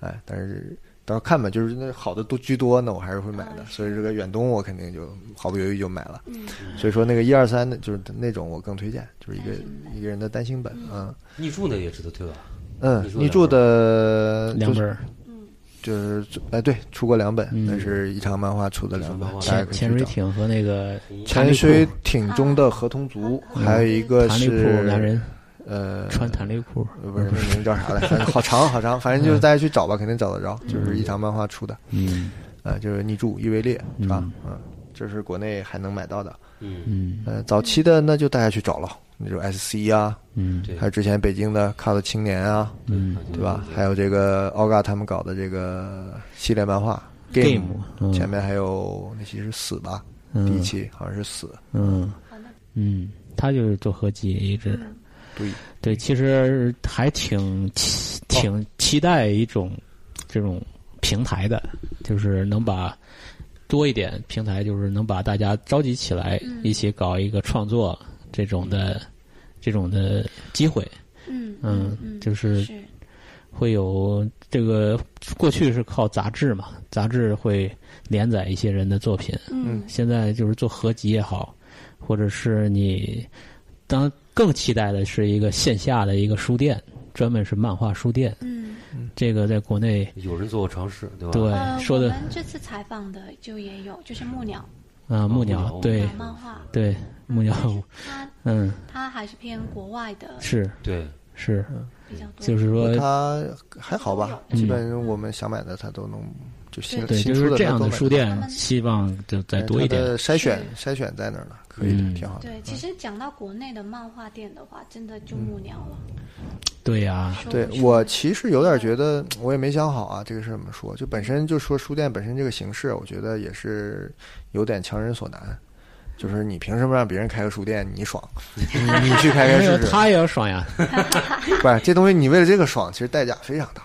哎，但是到时候看吧，就是那好的多居多，那我啊还是会买的。所以这个远东我肯定就毫不犹豫就买了。嗯所以说那个一二三的，就是那种我更推荐，就是一个一个人的单行本。嗯逆住那也值得推啊吧？嗯你，说你住的两就是本儿就是哎，对，出过两本，那是一长漫画出的两本，一大家潜可以潜水去找。艇和那个潜水艇中的河童族，还有一个弹力裤男是人呃，穿弹力裤，呃不是那名叫啥来，反正好长好长，反正就是大家去找吧，肯定找得着，就是一长漫画出的，嗯呃，就是逆柱易位列是吧？嗯，这是国内还能买到的，嗯，嗯呃，早期的那就大家去找了，那就 SC 啊，嗯对还有之前北京的 Cut 青年啊，嗯对吧？还有这个奥嘎他们搞的这个系列漫画 Game，嗯前面还有那期是死吧，嗯第一期好像是死，嗯嗯，他就是做合集一直。对，哦对，其实还挺期挺期待一种这种平台的，就是能把多一点平台，就是能把大家召集起来，一起搞一个创作这种的这种的机会。嗯嗯，嗯，就是是会有这个过去是靠杂志嘛，杂志会连载一些人的作品，嗯现在就是做合集也好，或者是你当更期待的是一个线下的一个书店，专门是漫画书店，嗯。这个在国内有人做过尝试，对吧？对呃，哎说的我们这次采访的就也有，就是木鸟啊木木鸟鸟对鸟漫画，对木鸟，它嗯它还是偏国外的是对，是，比较多，就是说它还好吧，呃嗯基本我们想买的它都能就新对，新就出是的这样它都的买书得到店，希望就再哎多一它点。的筛选筛选在那儿呢，可以的，嗯挺好的。对，其实讲到国内的漫画店的话，真的就木鸟了。对呀、说对不出我其实有点觉得，我也没想好啊，这个事儿怎么说？就本身就说书店本身这个形式，我觉得也是有点强人所难。就是你凭什么让别人开个书店，[laughs] 你爽，你去开开没有试试？他也要爽呀，不是这东西，你为了这个爽，其实代价非常大。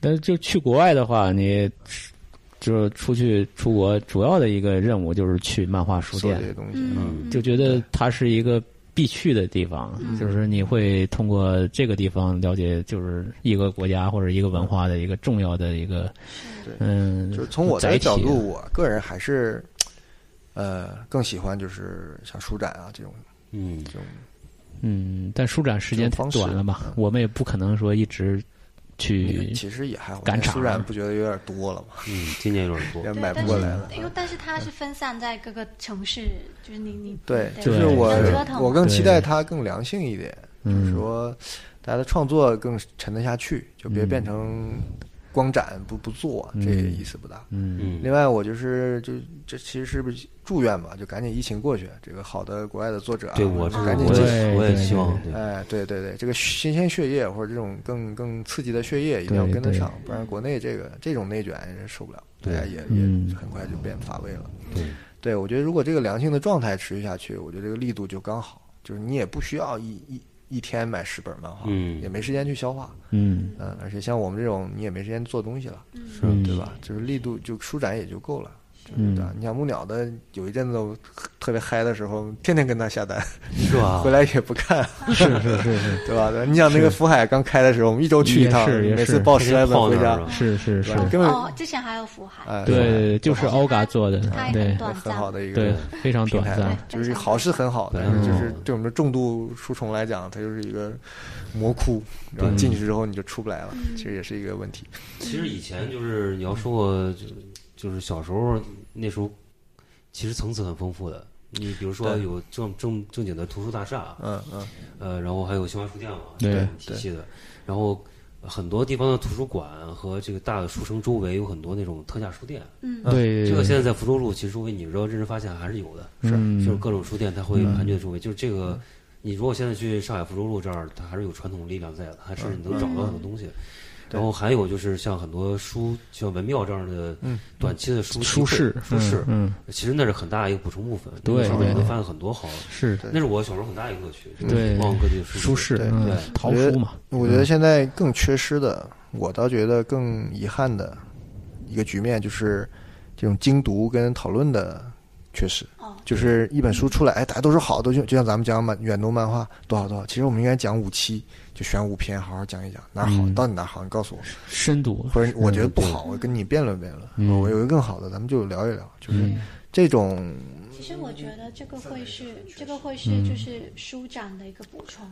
但是就去国外的话，你就是出去出国，主要的一个任务就是去漫画书做这店，些东西，嗯，就觉得它是一个必去的地方，嗯就是你会通过这个地方了解，就是一个国家或者一个文化的一个重要的一个，嗯，就是从我载的体啊角度，，我个人还是，呃，更喜欢就是像书展啊这种嗯这，种嗯，但舒展时间这种太方式短了嘛，我们也不可能说一直去，其实也还好。赶但场啊书展不觉得有点多了吗？嗯，今年有点多也，对买不但过是来了。因为但是它是分散在各个城市，就是你你对，你 [laughs] 就对是我比较折腾我更期对待它更良性一点，就是嗯说大家的创作更沉得下去，就别变成光展不不做，这嗯意思不大。嗯嗯，另外，我就是就这其实是不是祝愿吧，就赶紧疫情过去，这个好的国外的作者啊，对我这赶紧我进对也我也对希望，对哎，对对对，这个新鲜血液或者这种更更刺激的血液一定要对跟得对上，不然国内这个这种内卷是受不了，大家对也嗯也很快就变乏味了。对，对我觉得如果这个良性的状态持续下去，我觉得这个力度就刚好，就是你也不需要一一一天买十本漫画，嗯也没时间去消化，嗯嗯，而且像我们这种你也没时间做东西了，是嗯对吧？就是力度就舒展也就够了。嗯对吧？你像木鸟的，有一阵子我特别嗨的时候，天天跟他下单，是吧回？来也不看，啊是是是是 [laughs] 对吧？对你想那个福海刚开的时候，我们一周去一趟也是，也是每次抱十来本回天天泡家那儿，是是是对，吧？根本哦，之前还有福海，哎，对，就是它 OGA 做的，它也对很短很暂，好的一个对，非常平短台暂对。就是好是很好的，但是嗯就是对我们重度书虫来讲，它就是一个魔窟，然后进去之后你就出不来了，其实也是一个问题。其实以前就是你要说我就就是小时候那时候，其实层次很丰富的。你比如说对有正正正经的图书大厦，嗯嗯，呃，然后还有新华书店嘛，对这种体系的。然后很多地方的图书馆和这个大的书城周围有很多那种特价书店。嗯对，这个现在在福州路，其实周围你知道认真发现还是有的，呃嗯就是各种书店它会盘踞周围。就是这个，嗯你如果现在去上海福州路这儿，它还是有传统力量在的，还是能找到很多东西。对然后还有就是像很多书，像文庙这样的嗯短期的书集舒会适，舒适，嗯，其实那是很大一个补充部分。对那个时候对你会对发现很多好，是对那是我小时候很大一个乐趣，就是对逛各地的舒书适，店对嗯对，淘书嘛，我觉得现在更缺失的，我倒觉得更遗憾的一个局面就是这种精读跟讨论的缺失哦。就是一本书出来，哎，大家都说好，都就就像咱们讲漫远东漫画多少多少，其实我们应该讲五期，就选五篇好好讲一讲，哪儿好嗯到底哪儿好，你告诉我，深度，或者我觉得不好，我跟你辩论辩论，嗯我有一个更好的，咱们就聊一聊，就是嗯这种其实我觉得这个会是这个会是就是书展的一个补充。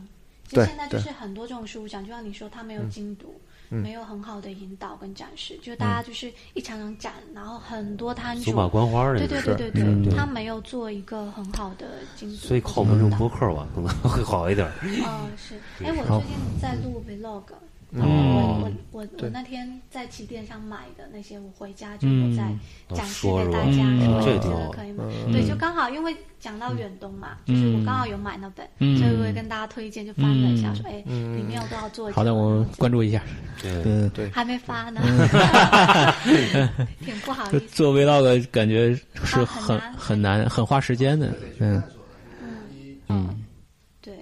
其对嗯实现在就是很多这种书展，就像你说，它没有精读，没有很好的引导跟展示，就大家就是一场场展，然后很多摊主，走马观花那对个对是对对对，嗯他没有做一个很好的精读，所以靠我们这种播客吧，可能会好一点。哦，是，哎，好我最近在录 vlog，然后嗯我哦我我我对那天在旗舰上买的那些，我回家就有在展示哦说给是吧大家，嗯说这真挺的好可以买，对，就刚好因为讲到远东嘛，嗯就是我刚好有买那本，嗯所以我也跟大家推荐，就翻了一下，嗯说哎，里面有多少作者，好的，我关注一下，对，嗯，对还没发呢，挺不好就意 [laughs] 思，做 vlog 感觉是啊很很难很难，很花时间的，嗯嗯，对，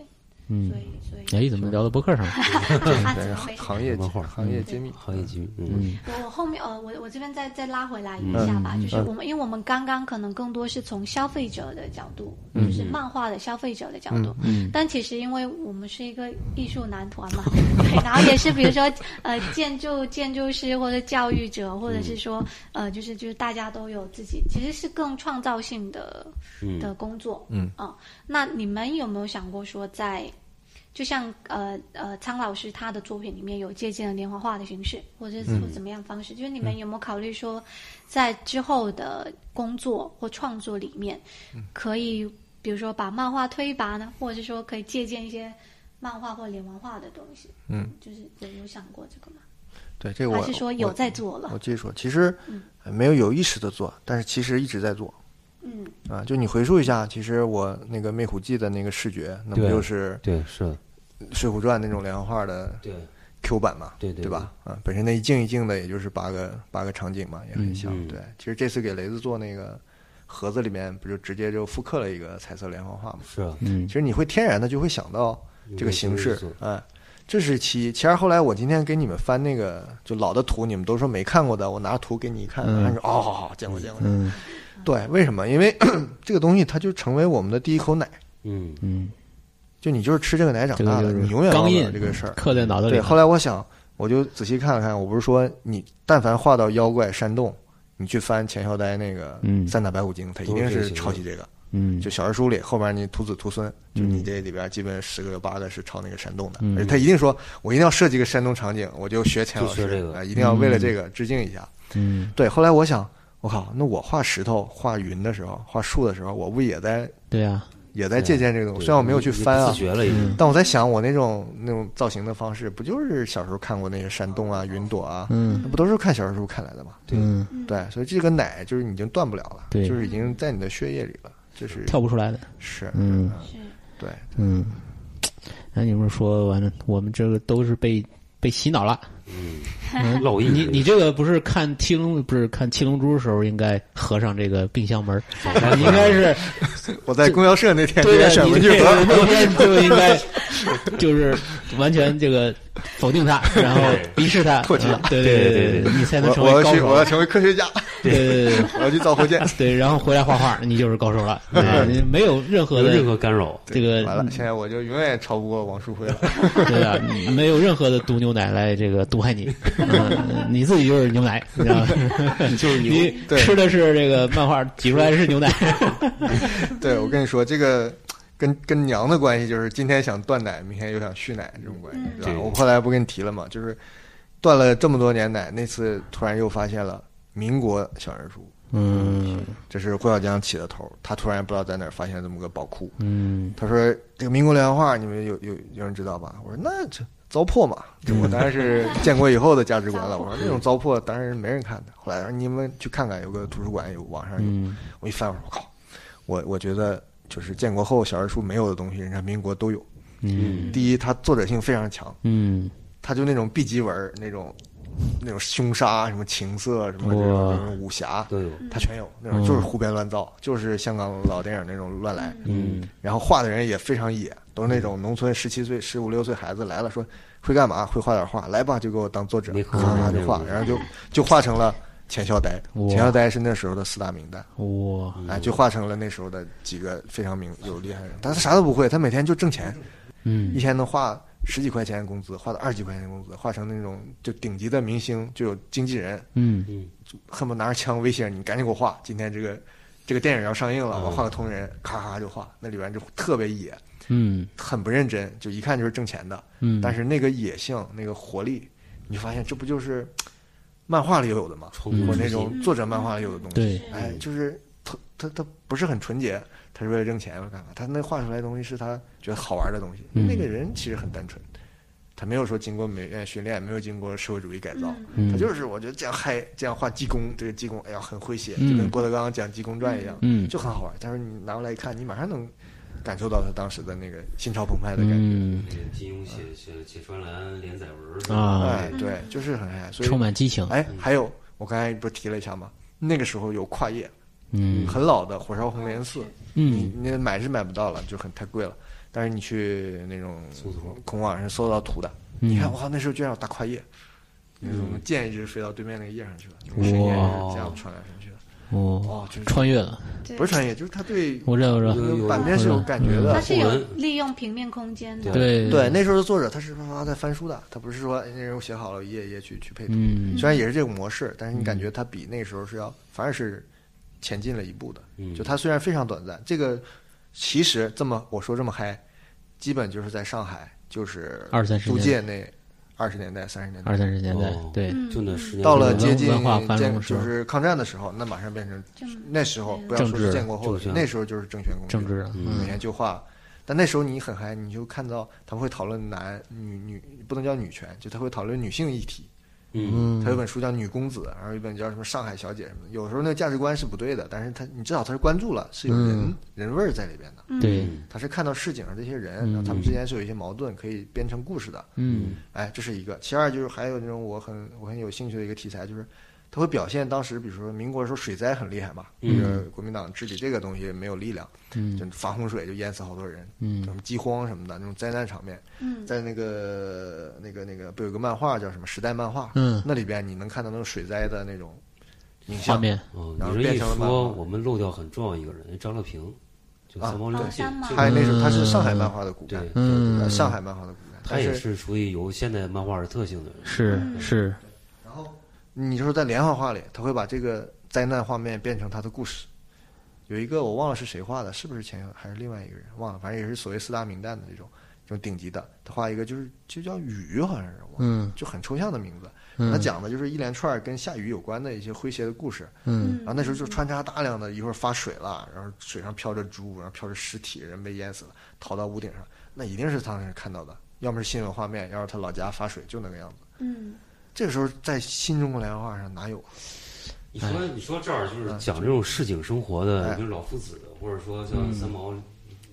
嗯所，以所以哎，怎么聊到播客上 [laughs] 了？啊，怎么回事？行业漫画行业揭秘。行业机密，嗯，我我后面呃，我我这边再再拉回来一下吧，就是我们因为我们刚刚可能更多是从消费者的角度，就是漫画的消费者的角度，但其实因为我们是一个艺术男团嘛， [laughs] 对，然后也是比如说呃建筑建筑师或者教育者，或者是说呃就是就是大家都有自己其实是更创造性的的工作，嗯啊、那你们有没有想过说在就像呃呃，苍老师他的作品里面有借鉴了连环画的形式，或者是嗯或怎么样方式，就是你们有没有考虑说，在之后的工作或创作里面，嗯可以比如说把漫画推一把呢，或者是说可以借鉴一些漫画或连环画的东西？嗯，就是有有想过这个吗？对，这个还我是说我有在做嗯我了？继续说，其实呃没有有意识的做，但是其实一直在做嗯，啊。就你回溯一下，其实我那个《魅虎记》的那个视觉，那不对就是对，是的， 《水浒传》那种连环画的对， Q 版嘛？对对吧？啊，本身那一镜一镜的，也就是八个八个场景嘛，也很像。嗯嗯对，其实这次给雷子做那个盒子里面，不就直接就复刻了一个彩色连环画嘛？是啊，嗯其实你会天然的就会想到这个形式有这个意，哎，这是其一。其二，后来我今天给你们翻那个就老的图，你们都说没看过的，我拿图给你一看，嗯然后你说哦，好好，见过见过。嗯对，为什么？因为 [coughs] 这个东西它就成为我们的第一口奶，嗯，嗯，就你就是吃这个奶长这大个的，就是你永远钢忘不了印这个事儿。刻在脑子里对，了。后来我想，我就仔细看了看，我不是说你但凡画到妖怪山洞，你去翻钱孝呆那个嗯《三打白骨精》，它一都是定这个是形抄式袭这个。嗯，就小人书里后面你徒子徒孙，就嗯你这里边基本十个有八个是抄那个山洞的，而且他一定说，我一定要设计个山洞场景，我就学钱老师就学这个啊一定要为了这个致敬一下。嗯，对，后来我想，我靠，那我画石头、画云的时候、画树的时候，我不也在对啊，也在借鉴这个东西？对虽然我没有去翻你不啊自，觉了已经，但我在想，我那种那种造型的方式，不就是小时候看过那些山洞啊、云朵啊，嗯那不都是看小人书看来的吗？嗯，对，所以这个奶就是已经断不了了，对就是已经在你的血液里了，就是跳不出来的，是嗯。是对。嗯，那你们说完了，我们这个都是被被洗脑了。烙印，你你这个不是看七龙不是看七龙珠的时候应该合上这个冰箱门儿，你应该是我在供销社那天对也的，选你文具这个，盒那天就应该就是完全这个否定它，然后鄙视它，唾弃它嗯对对对对，你才能我成我为要高去我要手。啊成为 [laughs] 科学家，对对对对我要去造火箭。对，然后回来画画，你就是高手了，对没有任何有的任何干扰，这个嗯完了，现在我就永远超不过王树辉了。对啊，没有任何的毒牛奶来这个毒害你，嗯你自己就是牛奶，你知道吗？就是 [laughs] 你对吃的是这个漫画挤出来是牛奶，对，我跟你说，这个跟跟娘的关系就是今天想断奶，明天又想续奶这种关系，嗯是吧？对我后来不跟你提了嘛，就是断了这么多年奶，那次突然又发现了民国小人书，嗯这是郭小江起的头，他突然不知道在哪儿发现了这么个宝库，嗯他说这个民国连环画，你们有有有人知道吧？我说那这糟 [laughs] 粕嘛，这我当然是建国以后的价值观了。我说这种糟粕当然是没人看的。后来说你们去看看，有个图书馆有，网上有。嗯我一翻，我说我靠，我我觉得就是建国后小人书没有的东西，人家民国都有。嗯第一，它作者性非常强，嗯他就那种 B 级文儿那种那种凶杀什么情色什么这种哇嗯这种武侠，都有。他全有那种就是胡编乱造，就是香港老电影那种乱来。嗯然后画的人也非常野，都是那种农村十七岁、十五六岁孩子来了，说会干嘛，会画点画，来吧，就给我当作者，你咔可咔以就画，这个然后就就画成了钱孝呆。哇钱孝呆是那时候的四大名旦，哇，哎，嗯就画成了那时候的几个非常名有厉害的人。但他啥都不会，他每天就挣钱，嗯一天能画十几块钱工资，画到二十几块钱工资，画成那种就顶级的明星，就有经纪人，嗯恨不得拿着枪威胁你，赶紧给我画，今天这个这个电影要上映了，我画个同人，咔咔就画，那里边就特别野。嗯很不认真，就一看就是挣钱的。嗯但是那个野性，那个活力，你就发现这不就是漫画里有的吗？重复或出那戏种作者漫画里有的东西。对哎，就是他他他不是很纯洁，他是为了挣钱或者干嘛？他那画出来的东西是他觉得好玩的东西。嗯那个人其实很单纯，他没有说经过美院训练，没有经过社会主义改造，嗯他就是我觉得这样嗨，这样画济公，这个济公哎呀很诙谐，嗯就跟郭德纲讲《济公传》一样，嗯就很好玩。但是你拿过来一看，你马上能感受到他当时的那个心潮澎湃的感觉。嗯，那个金庸写写写专栏连载文儿啊哎，对，就是很嗨，所以充满激情，哎，还有我刚才不是提了一下吗？那个时候有跨页，嗯很老的火烧红莲寺，嗯你你买是买不到了，就很太贵了。但是你去那种搜索孔网上搜到图的，嗯你看哇，那时候居然有大跨页，那种箭一直飞到对面那个页上去了，那个神箭是这样传来传去的，哦哦，就是穿越了，对不是穿越，就是他对我嗯知道我知道，有有版面是有感觉的它。是有利用平面空间的，对对，那时候的作者他是啪啪在翻书的，他不是说哎那人我写好了，一页一页去去配图。嗯虽然也是这个模式，但是你感觉它比那个时候是要反而是前进了一步的。嗯就它虽然非常短暂，这个其实这么我说这么嗨，基本就是在上海，就是二三十租年界那二十年代、三十年代二，三十年代哦，嗯对，就那十年到了文接近文化繁荣建的时就候是抗战的时候，那马上变成那时候不要政说是治建国后政治那时候就是政权工具政治啊嗯了每天就画。但那时候你很嗨，你就看到他们会讨论男女女，不能叫女权，就他会讨论女性议题。嗯他有本书叫《女公子》，然后有一本叫什么《上海小姐》什么的。有时候那个价值观是不对的，但是他你至少他是关注了，是有人、嗯人味儿在里边的。对，嗯他是看到市井上这些人，然后他们之间是有一些矛盾，可以编成故事的。嗯哎，这是一个。其二就是还有那种我很我很有兴趣的一个题材，就是它会表现当时，比如说民国的时候水灾很厉害嘛，嗯这嗯个国民党治理这个东西没有力量，嗯就发洪水就淹死好多人，嗯什么饥荒什么的那种灾难场面，嗯在那个那个那个不有个漫画叫什么时代漫画，嗯那里边你能看到那种水灾的那种影画像面，哦，然后你这变一成了漫说，画我们漏掉很重要一个人，张乐平，就啊三毛六哦这三毛他这个也那时候他是上海漫画的骨干对，，嗯呃，上海漫画的骨干，他但也是是属于有现代漫画的特性的人。是是，然后你就是在连环画里，他会把这个灾难画面变成他的故事。有一个我忘了是谁画的，是不是前还是另外一个人忘了，反正也是所谓四大名旦的这种这种顶级的，他画一个就是就叫雨，好像是我忘了嗯就很抽象的名字。嗯他讲的就是一连串跟下雨有关的一些诙谐的故事。嗯然后啊那时候就穿插大量的，一会儿发水了，然后水上漂着猪，然后漂着尸体，人被淹死了，逃到屋顶上，那一定是当时看到的，要么是新闻画面，要是他老家发水就那个样子。嗯，这个时候在新中国连环画上哪有啊？你说你说这儿就是讲这种市井生活的，哎嗯比如老夫子，或者说像三毛、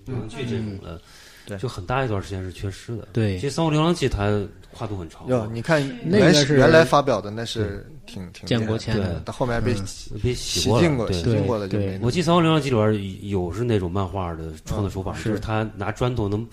流浪记这种的，对就很大一段时间是缺失的。对其实三毛流浪记它跨度很长嘛，哟，你看那个原是原来发表的那是挺挺建国前厉害的但后面被洗被洗过了净过、对洗净过的就没对那我记得《三国流浪记》里边有是那种漫画的创作手法，就是他拿砖头能，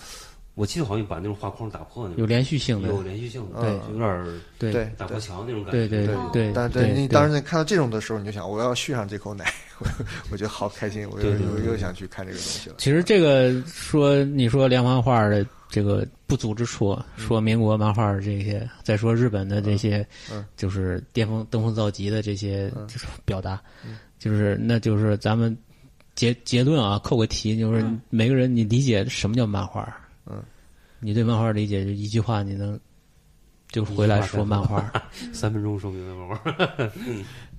我记得好像把那种画框打破那有种，连续性的，有连续性的，对就有点儿对对打破墙那种感对觉。对对对，哦但对对你当时你看到这种的时候，你就想我要续上这口奶，我我觉得好开心，我又对对又对又想去看这个东西了。其实这个说，你说连环画的这个不足之处，嗯说民国漫画这些，再说日本的这些，嗯就是巅峰登峰造极的这些就是表达，嗯就是那就是咱们结结论啊，扣个题，就是每个人你理解什么叫漫画？嗯，你对漫画理解就一句话，你能就回来说漫 [laughs] 画，三分钟说明白漫画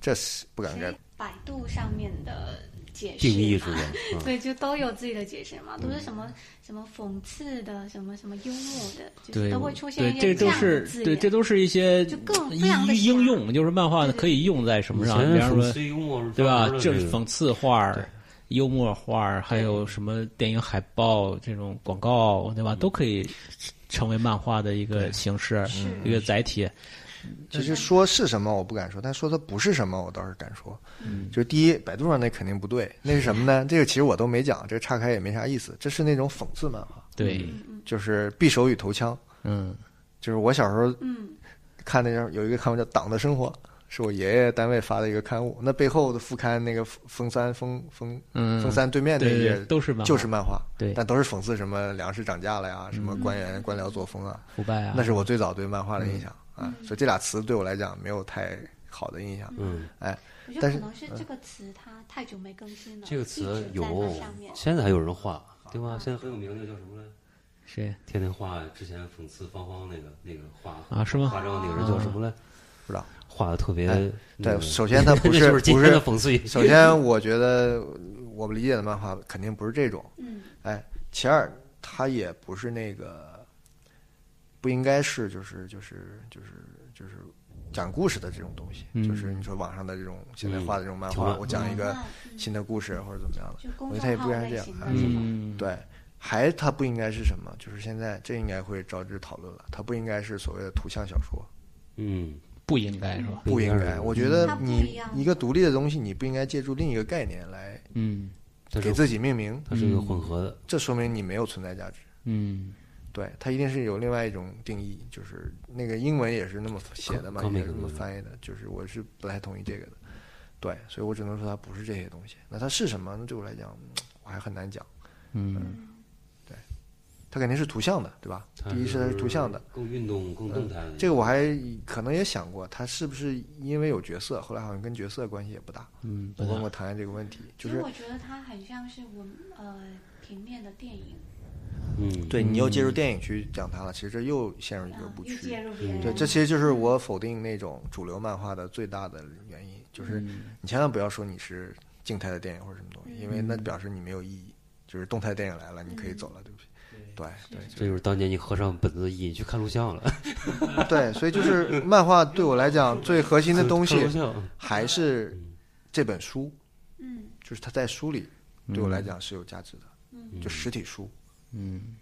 这是不敢所干以。嗯百度上面的解释定义是嘛吧？嗯对，就都有自己的解释嘛，嗯都是什么什么讽刺的，什么什么幽默的，就是对都会出，现对，一这些都样的是字对，眼。这都是一些就更哦非常地应应用，就是漫画可以用在什么以上？比前方说讽。刺幽默是对吧专门？的这那个讽刺画儿、幽默画儿，还有什么电影海报这种广告，对吧？都可以成为漫画的一个形式，一个载体。其实说是什么我不敢说，但说它不是什么我倒是敢说。嗯，就是第一，百度上那肯定不对，那是什么呢？这个其实我都没讲，这个岔开也没啥意思。这是那种讽刺漫画，对，就是匕首与头枪，嗯就是我小时候嗯，看那叫有一个刊物叫《党的生活》，是我爷爷单位发的一个刊物。那背后的副刊那个封三封封嗯，封三对面那对页对都是漫画就是漫画，对但都是讽刺什么粮食涨价了呀，什么官员官僚作风啊，腐败啊，嗯那是我最早对漫画的印象啊。所以这俩词对我来讲没有太好的印象。嗯，哎，我觉但得是可能是这个词它太久没更新了，这个一词直有在那上面，现在还有人画，对吧？现在很有名的叫什么来着？谁天天画之前讽刺芳芳那个那个画啊？是吗？画中那个人叫什么来？嗯不知道。画的特别哎那对，个首先它 [laughs] 不那是不今天的是，讽刺语？首先我觉得我们理解的漫画肯定不是这种。嗯，哎，其二，它也不是那个，不应该是就是就是就是就是讲故事的这种东西，嗯就是你说网上的这种现在画的这种漫挺画，乱我 [laughs] 讲一个嗯新的故事或者怎么样的，就公我觉得它也众号不应该这类样型的哎是吧？嗯，对。还它不应该是什么？就是现在这应该会招致讨论了。它不应该是所谓的图像小说， [laughs] 嗯，不应该是吧？不应该。我觉得嗯它不一你样一个独立的东西，你不应该借助另一个概念来嗯它给是自嗯己命名，它是一个混合的，这说明你没有存在价值。嗯对，它一定是有另外一种定义，就是那个英文也是那么写的嘛，高高也明是那么的翻译的，就是我是不太同意这个的。对，所以我只能说它不是这些东西。那它是什么？那对我来讲，嗯我还很难讲。嗯它肯定是图像的，对吧？它第一是它是图像的，更运动、更动态的。这个我还可能也想过，它是不是因为有角色？后来好像跟角色关系也不大。嗯，我不问大过唐岩这个问题，其就实是我觉得它很像是我们呃平面的电影，嗯，对你又介入电影去讲它了，其实这又陷入一个嗯又误区。介入别人，对，这其实就是我否定那种主流漫画的最大的原因，就是你千万不要说你是静态的电影或者什么东西，因为那表示你没有意义。就是动态电影来了，你可以走了，对不起。对这就是当年你合上本子的意义，去看录像了。对对，所以就是漫画对我来讲最核心的东西看录像，还是这本书，嗯就是它在书里对我来讲是有价值的，嗯就实体书，嗯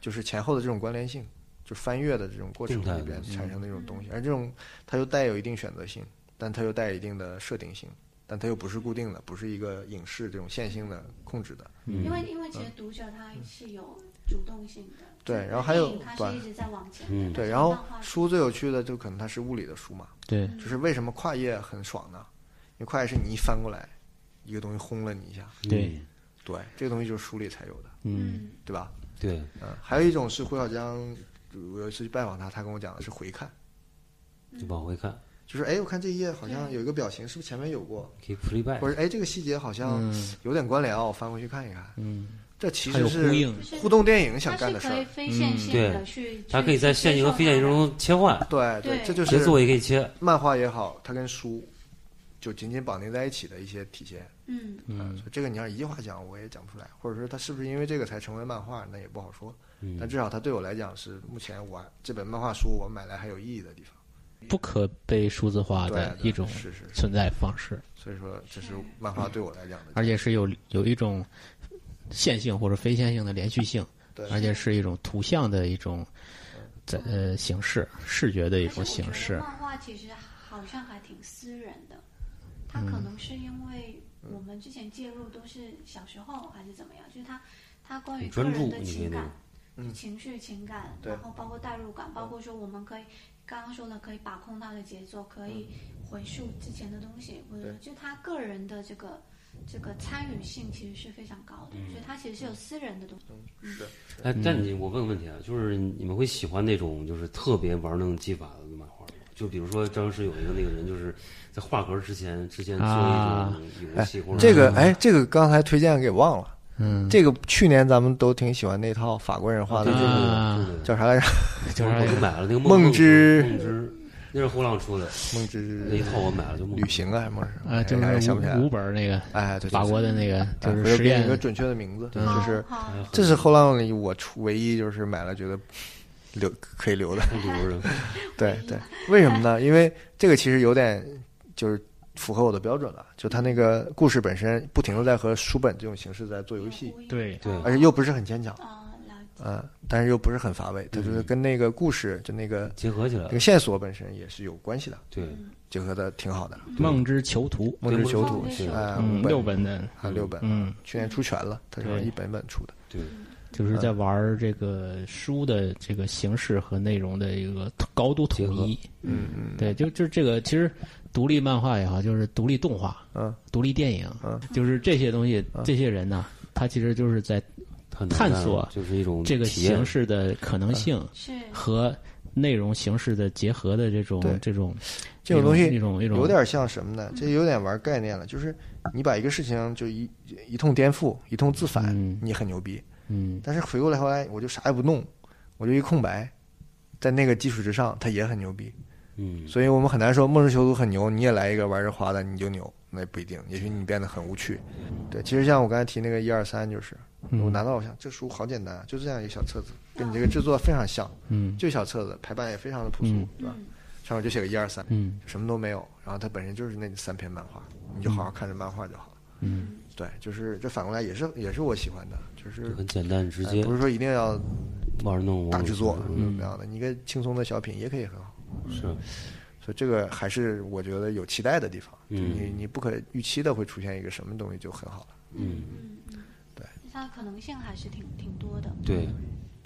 就是前后的这种关联性，就翻阅的这种过程里边产生的一种东西，而这种它又带有一定选择性，但它又带一定的设定性，但它又不是固定的，不是一个影视这种线性的控制的。嗯因为因为其实读者他是有主动性的，嗯对就然后还有电影它对是一直在往前的，嗯对，但是然后漫画是书最有趣的就可能它是物理的书嘛，对，就是为什么跨页很爽呢？因为跨页是你一翻过来，一个东西轰了你一下，对，对，这个东西就是书里才有的，嗯对吧？对，嗯，还有一种是胡小江，我有一次去拜访他，他跟我讲的是回看，就往回看，就是哎，我看这一页好像有一个表情，是不是前面有过？可以 play back 或。者哎，这个细节好像有点关联啊，我翻回去看一看。嗯，这其还有实呼是应，就是互动电影它想干是的事可以儿。非线性嗯对的去，它可以在线性和非线性中。中切换，对对这就节奏是也可以切。漫画也好，它跟书就紧紧绑定在一起的一些体现。嗯，嗯，所以这个你要一句话讲，我也讲不出来，或者说它是不是因为这个才成为漫画，那也不好说。嗯但至少它对我来讲是目前我这本漫画书我买来还有意义的地方。不可被数字化对的对啊一种是是是存在方式，所以说这是漫画对我来讲的，而且是有有一种线性或者非线性的连续性，对而且是一种图像的一种在呃形式，视觉的一种形式。漫画其实好像还挺私人的，它可能是因为我们之前介入都是小时候还是怎么样，就是它它关于很个专人注的你情那感个、嗯情绪、情感，对然后包括代入感，包括说我们可以刚刚说的可以把控它的节奏，可以回溯之前的东西，或者对就他个人的这个。这个参与性其实是非常高的，所以它其实是有私人的东西。哎，嗯但你我问个问题啊，就是你们会喜欢那种就是特别玩弄技法的漫画吗？就比如说当时有一个那个人，就是在画格之前之前做啊一种游戏或者这个哎，这个刚才推荐给忘了。嗯，这个去年咱们都挺喜欢那套法国人画的，对就对是啊对对对，叫啥来着？就是我就买了那个梦之梦之，那是后浪出的梦那一之套，我买了就梦之旅行啊，还是梦之啊，就哎呀是想不起来五了五。本儿那个哎，对，法国的那个，对就对是哎回头实给你验一个准确的名字，嗯就是好好这是后浪里我出唯一就是买了觉得留可以留的。太流人，对对，为什么呢？因为这个其实有点就是符合我的标准了，就它那个故事本身不停的在和书本这种形式在做游戏，有呼应对对而且又不是很牵强。啊，了呃，但是又不是很乏味，它嗯就是跟那个故事就那个结合起来那个，线索本身也是有关系的，对，结合的挺好的。梦之囚徒，梦之囚徒梦之囚徒哎，嗯，五本六本的，啊，六本，嗯，去年出全了，它是对一本本出的。对，就是在玩这个书的这个形式和内容的一个高度统一。嗯嗯对，就就是这个，其实独立漫画也好，就是独立动画、嗯独立电影，嗯就是这些东西，这些人呢、他其实就是在探探索就是一种这个体验形式的可能性嗯是 [laughs] 和内容形式的结合的这种对这种这种东西一种一种有点像什么呢？这有点玩概念了，就是你把一个事情就一一通颠覆，一通自反嗯，你很牛逼。嗯但是回过来后来，我就啥也不弄，我就一空白，在那个基础之上，它也很牛逼。嗯，所以我们很难说梦之囚徒很牛，你也来一个玩这花的你就牛，那也不一定，也许你变得很无趣。对，其实像我刚才提那个一二三，就是我拿到我想这书好简单啊，就这样一个小册子，跟你这个制作非常像，嗯就小册子，排版也非常的朴素，对吧？嗯上面就写个一二三，嗯什么都没有，然后它本身就是那三篇漫画，你就好好看着漫画就好了。嗯，对，就是这反过来也是也是我喜欢的，就是就很简单直哎接不是说一定要玩弄大制作嗯嗯怎么样的，你一个轻松的小品也可以很好。是所以这个还是我觉得有期待的地方，就嗯你你不可预期的会出现一个什么东西就很好了。嗯，它的可能性还是挺挺多的。对，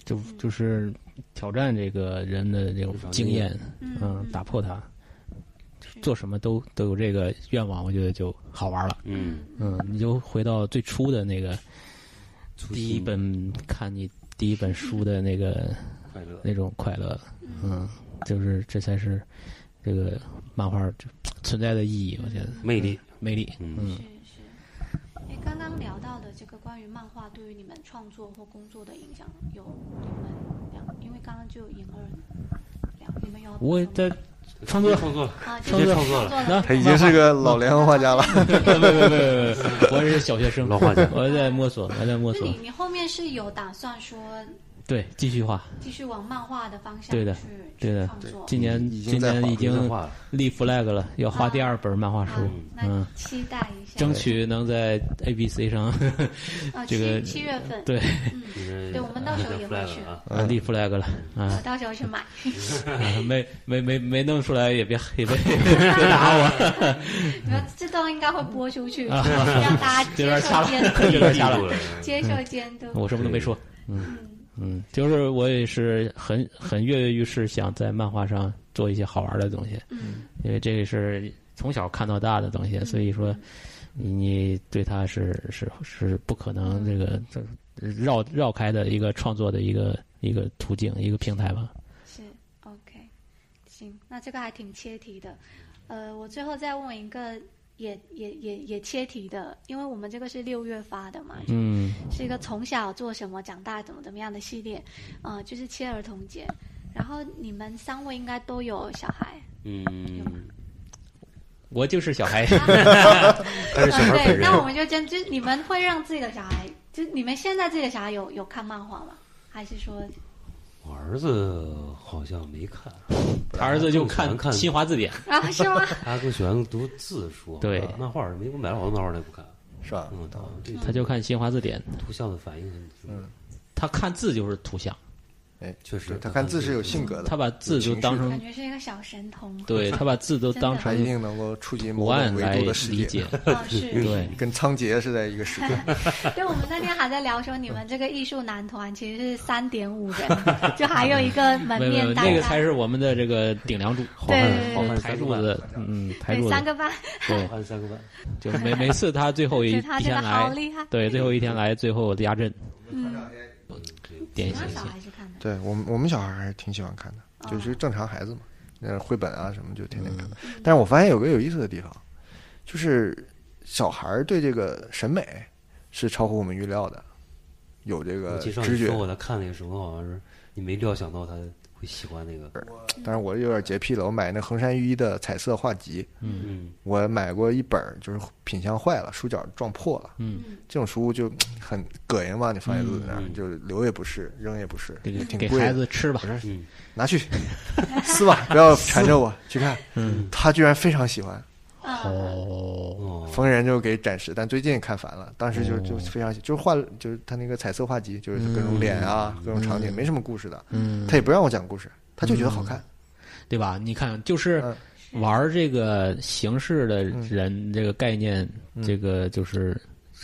就就是挑战这个人的这种经验，嗯，打破它，做什么都都有这个愿望，我觉得就好玩了。嗯，嗯，你就回到最初的那个初第一心本看你第一本书的那个快乐，那种快乐，嗯，就是这才是这个漫画就存在的意义，我觉得魅力，魅力。嗯，是是。哎，刚刚聊到的这个关于漫画对于你们创作或工作的影响，有你们两，因为刚刚就有颖儿聊，你们有我在 [laughs] 创作创作了，啊，直接创作了，了，他已经是个 [laughs] 老联合画家了， [laughs] 不不不不不 [laughs] 不，我是小学生，老画家 [laughs] 我在摸索，我在摸那索你，你后面是有打算说对，继续画。继续往漫画的方向去对的对的去创作？今年已今经在年画已已经经画了立 flag 了，要画第二本漫画书啊，，那嗯，期待一下，争取能在 ABC 上啊，这个七七月份，嗯对对对我们到时候也会去啊，啊立 flag 了啊我。到时候去买。啊没没没没弄出来也别 [laughs] 也别别打我，你们这段应该会播出去，啊 [laughs] 让大家这接边掐受了监 [laughs] 这边掐下了来了，接受监督。我什么都没说。嗯嗯，就是我也是很很跃跃欲试，想在漫画上做一些好玩的东西，嗯，因为这个是从小看到大的东西，所以说你你对它是是是不可能这个这绕绕开的一个创作的一个一个途径一个平台吧。是 OK，行，那这个还挺切题的。呃，我最后再问一个也也也也切题的，因为我们这个是六月发的嘛，嗯，是一个从小做什么、长大怎么怎么样的系列，呃，就是切儿童节。然后你们三位应该都有小孩， [laughs] [laughs] 嗯，我就是小孩，但是小嗯孩对，本人那我们就真就是你们会让自己的小孩，就是你们现在自己的小孩有有看漫画吗？还是说我儿子好像没看，他儿子就看看《新华字典》，啊是吗？他更喜欢读字书，对哦啊漫画儿没给我买了好多漫画儿他也不看，是吧？嗯，他对他就看《新华字典》，图像的反应很，嗯，他看字就是图像，哎，确实对他看字是有性格的，他把字就当感成觉是一个小神童。对他把字都当他一成定能够触及图某案种来维度的世理界解，，啊，是。 [laughs] 对。跟仓颉是在一个世界。对，我们那天还在聊说，你们这个艺术男团其实是三点五 [laughs] 人，就还有一个门没有没有，面大那概个才是我们的这个顶梁柱，好对汉对对好汉台三柱个半，子，嗯，台柱对子，三个半，对好，汉三个半，就每每次他最后一就一是他真天的好来，厉害。嗯对，最后一天来，最后压阵，典型那小性，孩是看的，对我们我们小孩还是挺喜欢看的，就是正常孩子嘛，那绘本啊什么就天天看。嗯但是我发现有个有意思的地方，就是小孩儿对这个审美是超乎我们预料的，有这我个介绍呃直你觉说。我他看那个什么，好像是你没料想到他会喜欢那个，但是我有点洁癖了，我买那衡山御医的彩色画集，嗯，我买过一本儿，就是品相坏了，书角撞破了。嗯，这种书就很膈应嘛，你放在肚子那儿，嗯就留也不是，扔也不是，给挺给贵的孩子吃吧，嗯， [laughs] 嗯拿去撕吧，不要缠着我去看。他居然非常喜欢，嗯，哦，哦，疯人就给展示，但最近看烦了，当时就就非常就是画就是他那个彩色画集，就是各种脸啊，各种场景，没什么故事的，嗯，他也不让我讲故事，他就觉得好看，对吧？你看，就是嗯玩这个形式的人，这个概念，这个嗯就是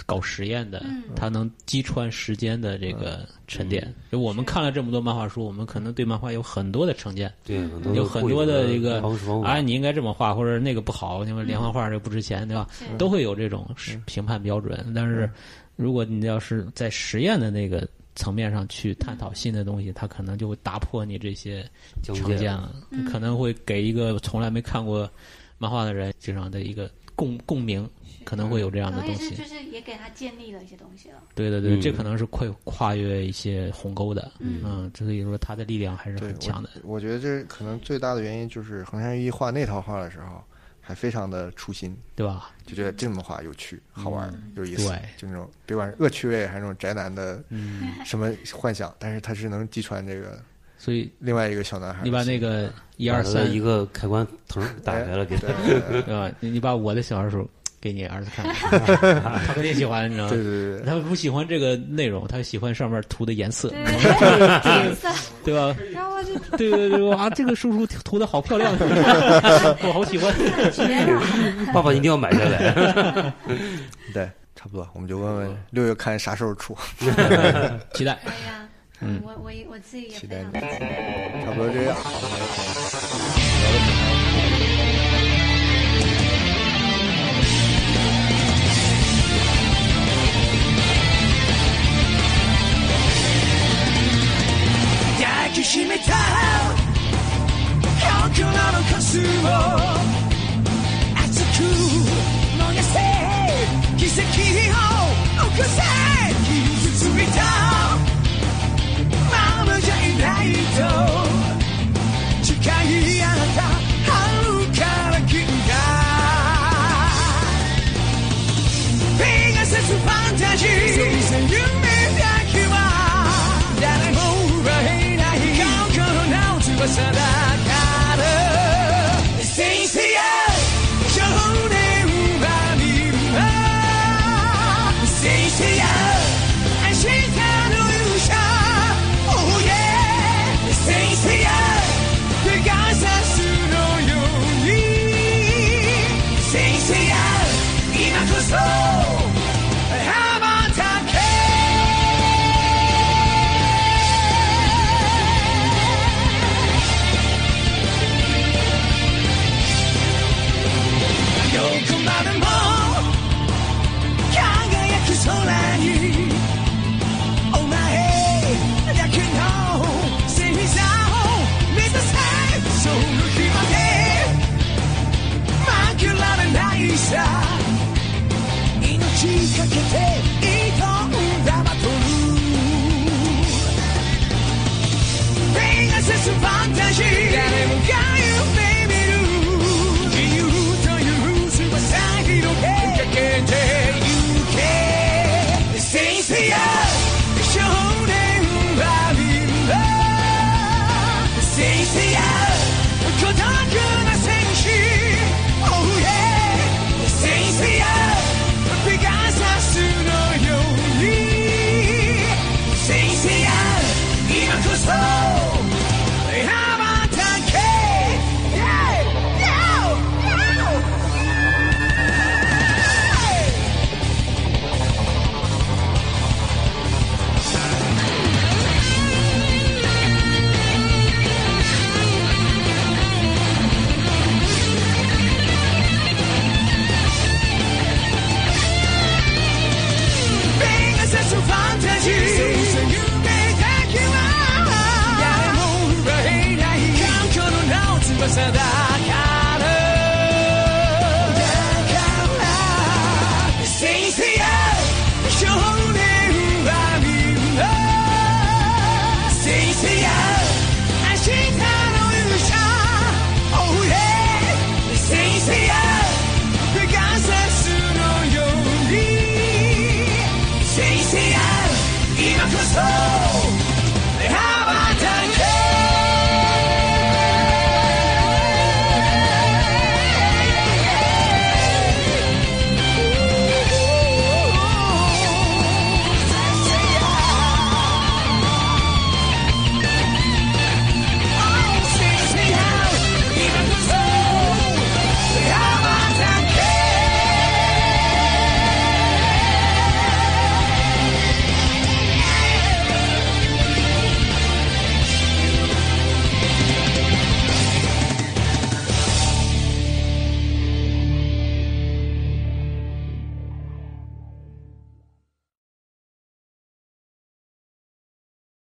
搞实验的，嗯他能击穿时间的这个嗯沉淀。就我们看了这么多漫画书，我们可能对漫画有很多的成见，对，很多有很多的一一个方式嗯方，法哎，你应该这么画，或者那个不好，因为连环画这不值钱，对吧？都会有这种是评判标准。但是，如果你要是在实验的那个层面上去探讨新的东西，它可能就会打破你这些境界成见啊了，可能会给一个从来没看过漫画的人这样的一个共共鸣，可能会有这样然的后东也嗯是西就。是也给他建立了一些东西了。对对对，嗯这可能是会跨越一些鸿沟的。嗯，所以说它的力量还是对很强的。我。我觉得这可能最大的原因就是横山裕一画那套画的时候，还非常的初心，对吧？就觉得这么画有趣、好玩、有意思对，就那种别管是恶趣味还是那种宅男的什么幻想，但是他是能击穿这个所以另外一个小男孩的你心。把那个一一二三一个开关腾打哎开了，给对对对对吧？你你把我的小二手给你儿子看，他肯定喜欢，你知道对吗？ [laughs] 对对他不喜欢这个内容，他喜欢上面涂的颜色，颜色， [laughs] 对吧？然后我就对对对，哇，这个叔叔涂的好漂亮， [laughs] 我好喜欢。觉得， [laughs] 爸爸一定要买下来。对对，差不多，我们就问问六月看啥时候出，期待，哎呀，我我也我自己也期非待常你期待。差不多这样。抱きしめた心のコスを熱く燃やせ奇跡を起こせ傷ついたままじゃいないと誓い合った春から君がペガサスファンタジー夢だけは誰も奪えない心の翼だから先生や少年はみんな先生や明日の勇者 Oh yeah 先生やペガサスのように先生や今こそ羽ばたけどこまでも輝く空にお前だけの星座を目指せその日まで負けられないさ命かけて挑んだバトルペガサスファンタジー誰もが夢見る自由という翼広げかけてゆけ先生や少年はみんな先生や孤独な戦士 Oh yeah 先生やペガサスのように先生や今こそ羽ばたけ Yeah! Yeah! Yeah! ペガサスファンタジー夢だけは誰も奪えない心の翼だからだから先生や少年はみんな先生や明日の勇者 Oh yeah 先生やペガサスのように先生や今こそ羽ば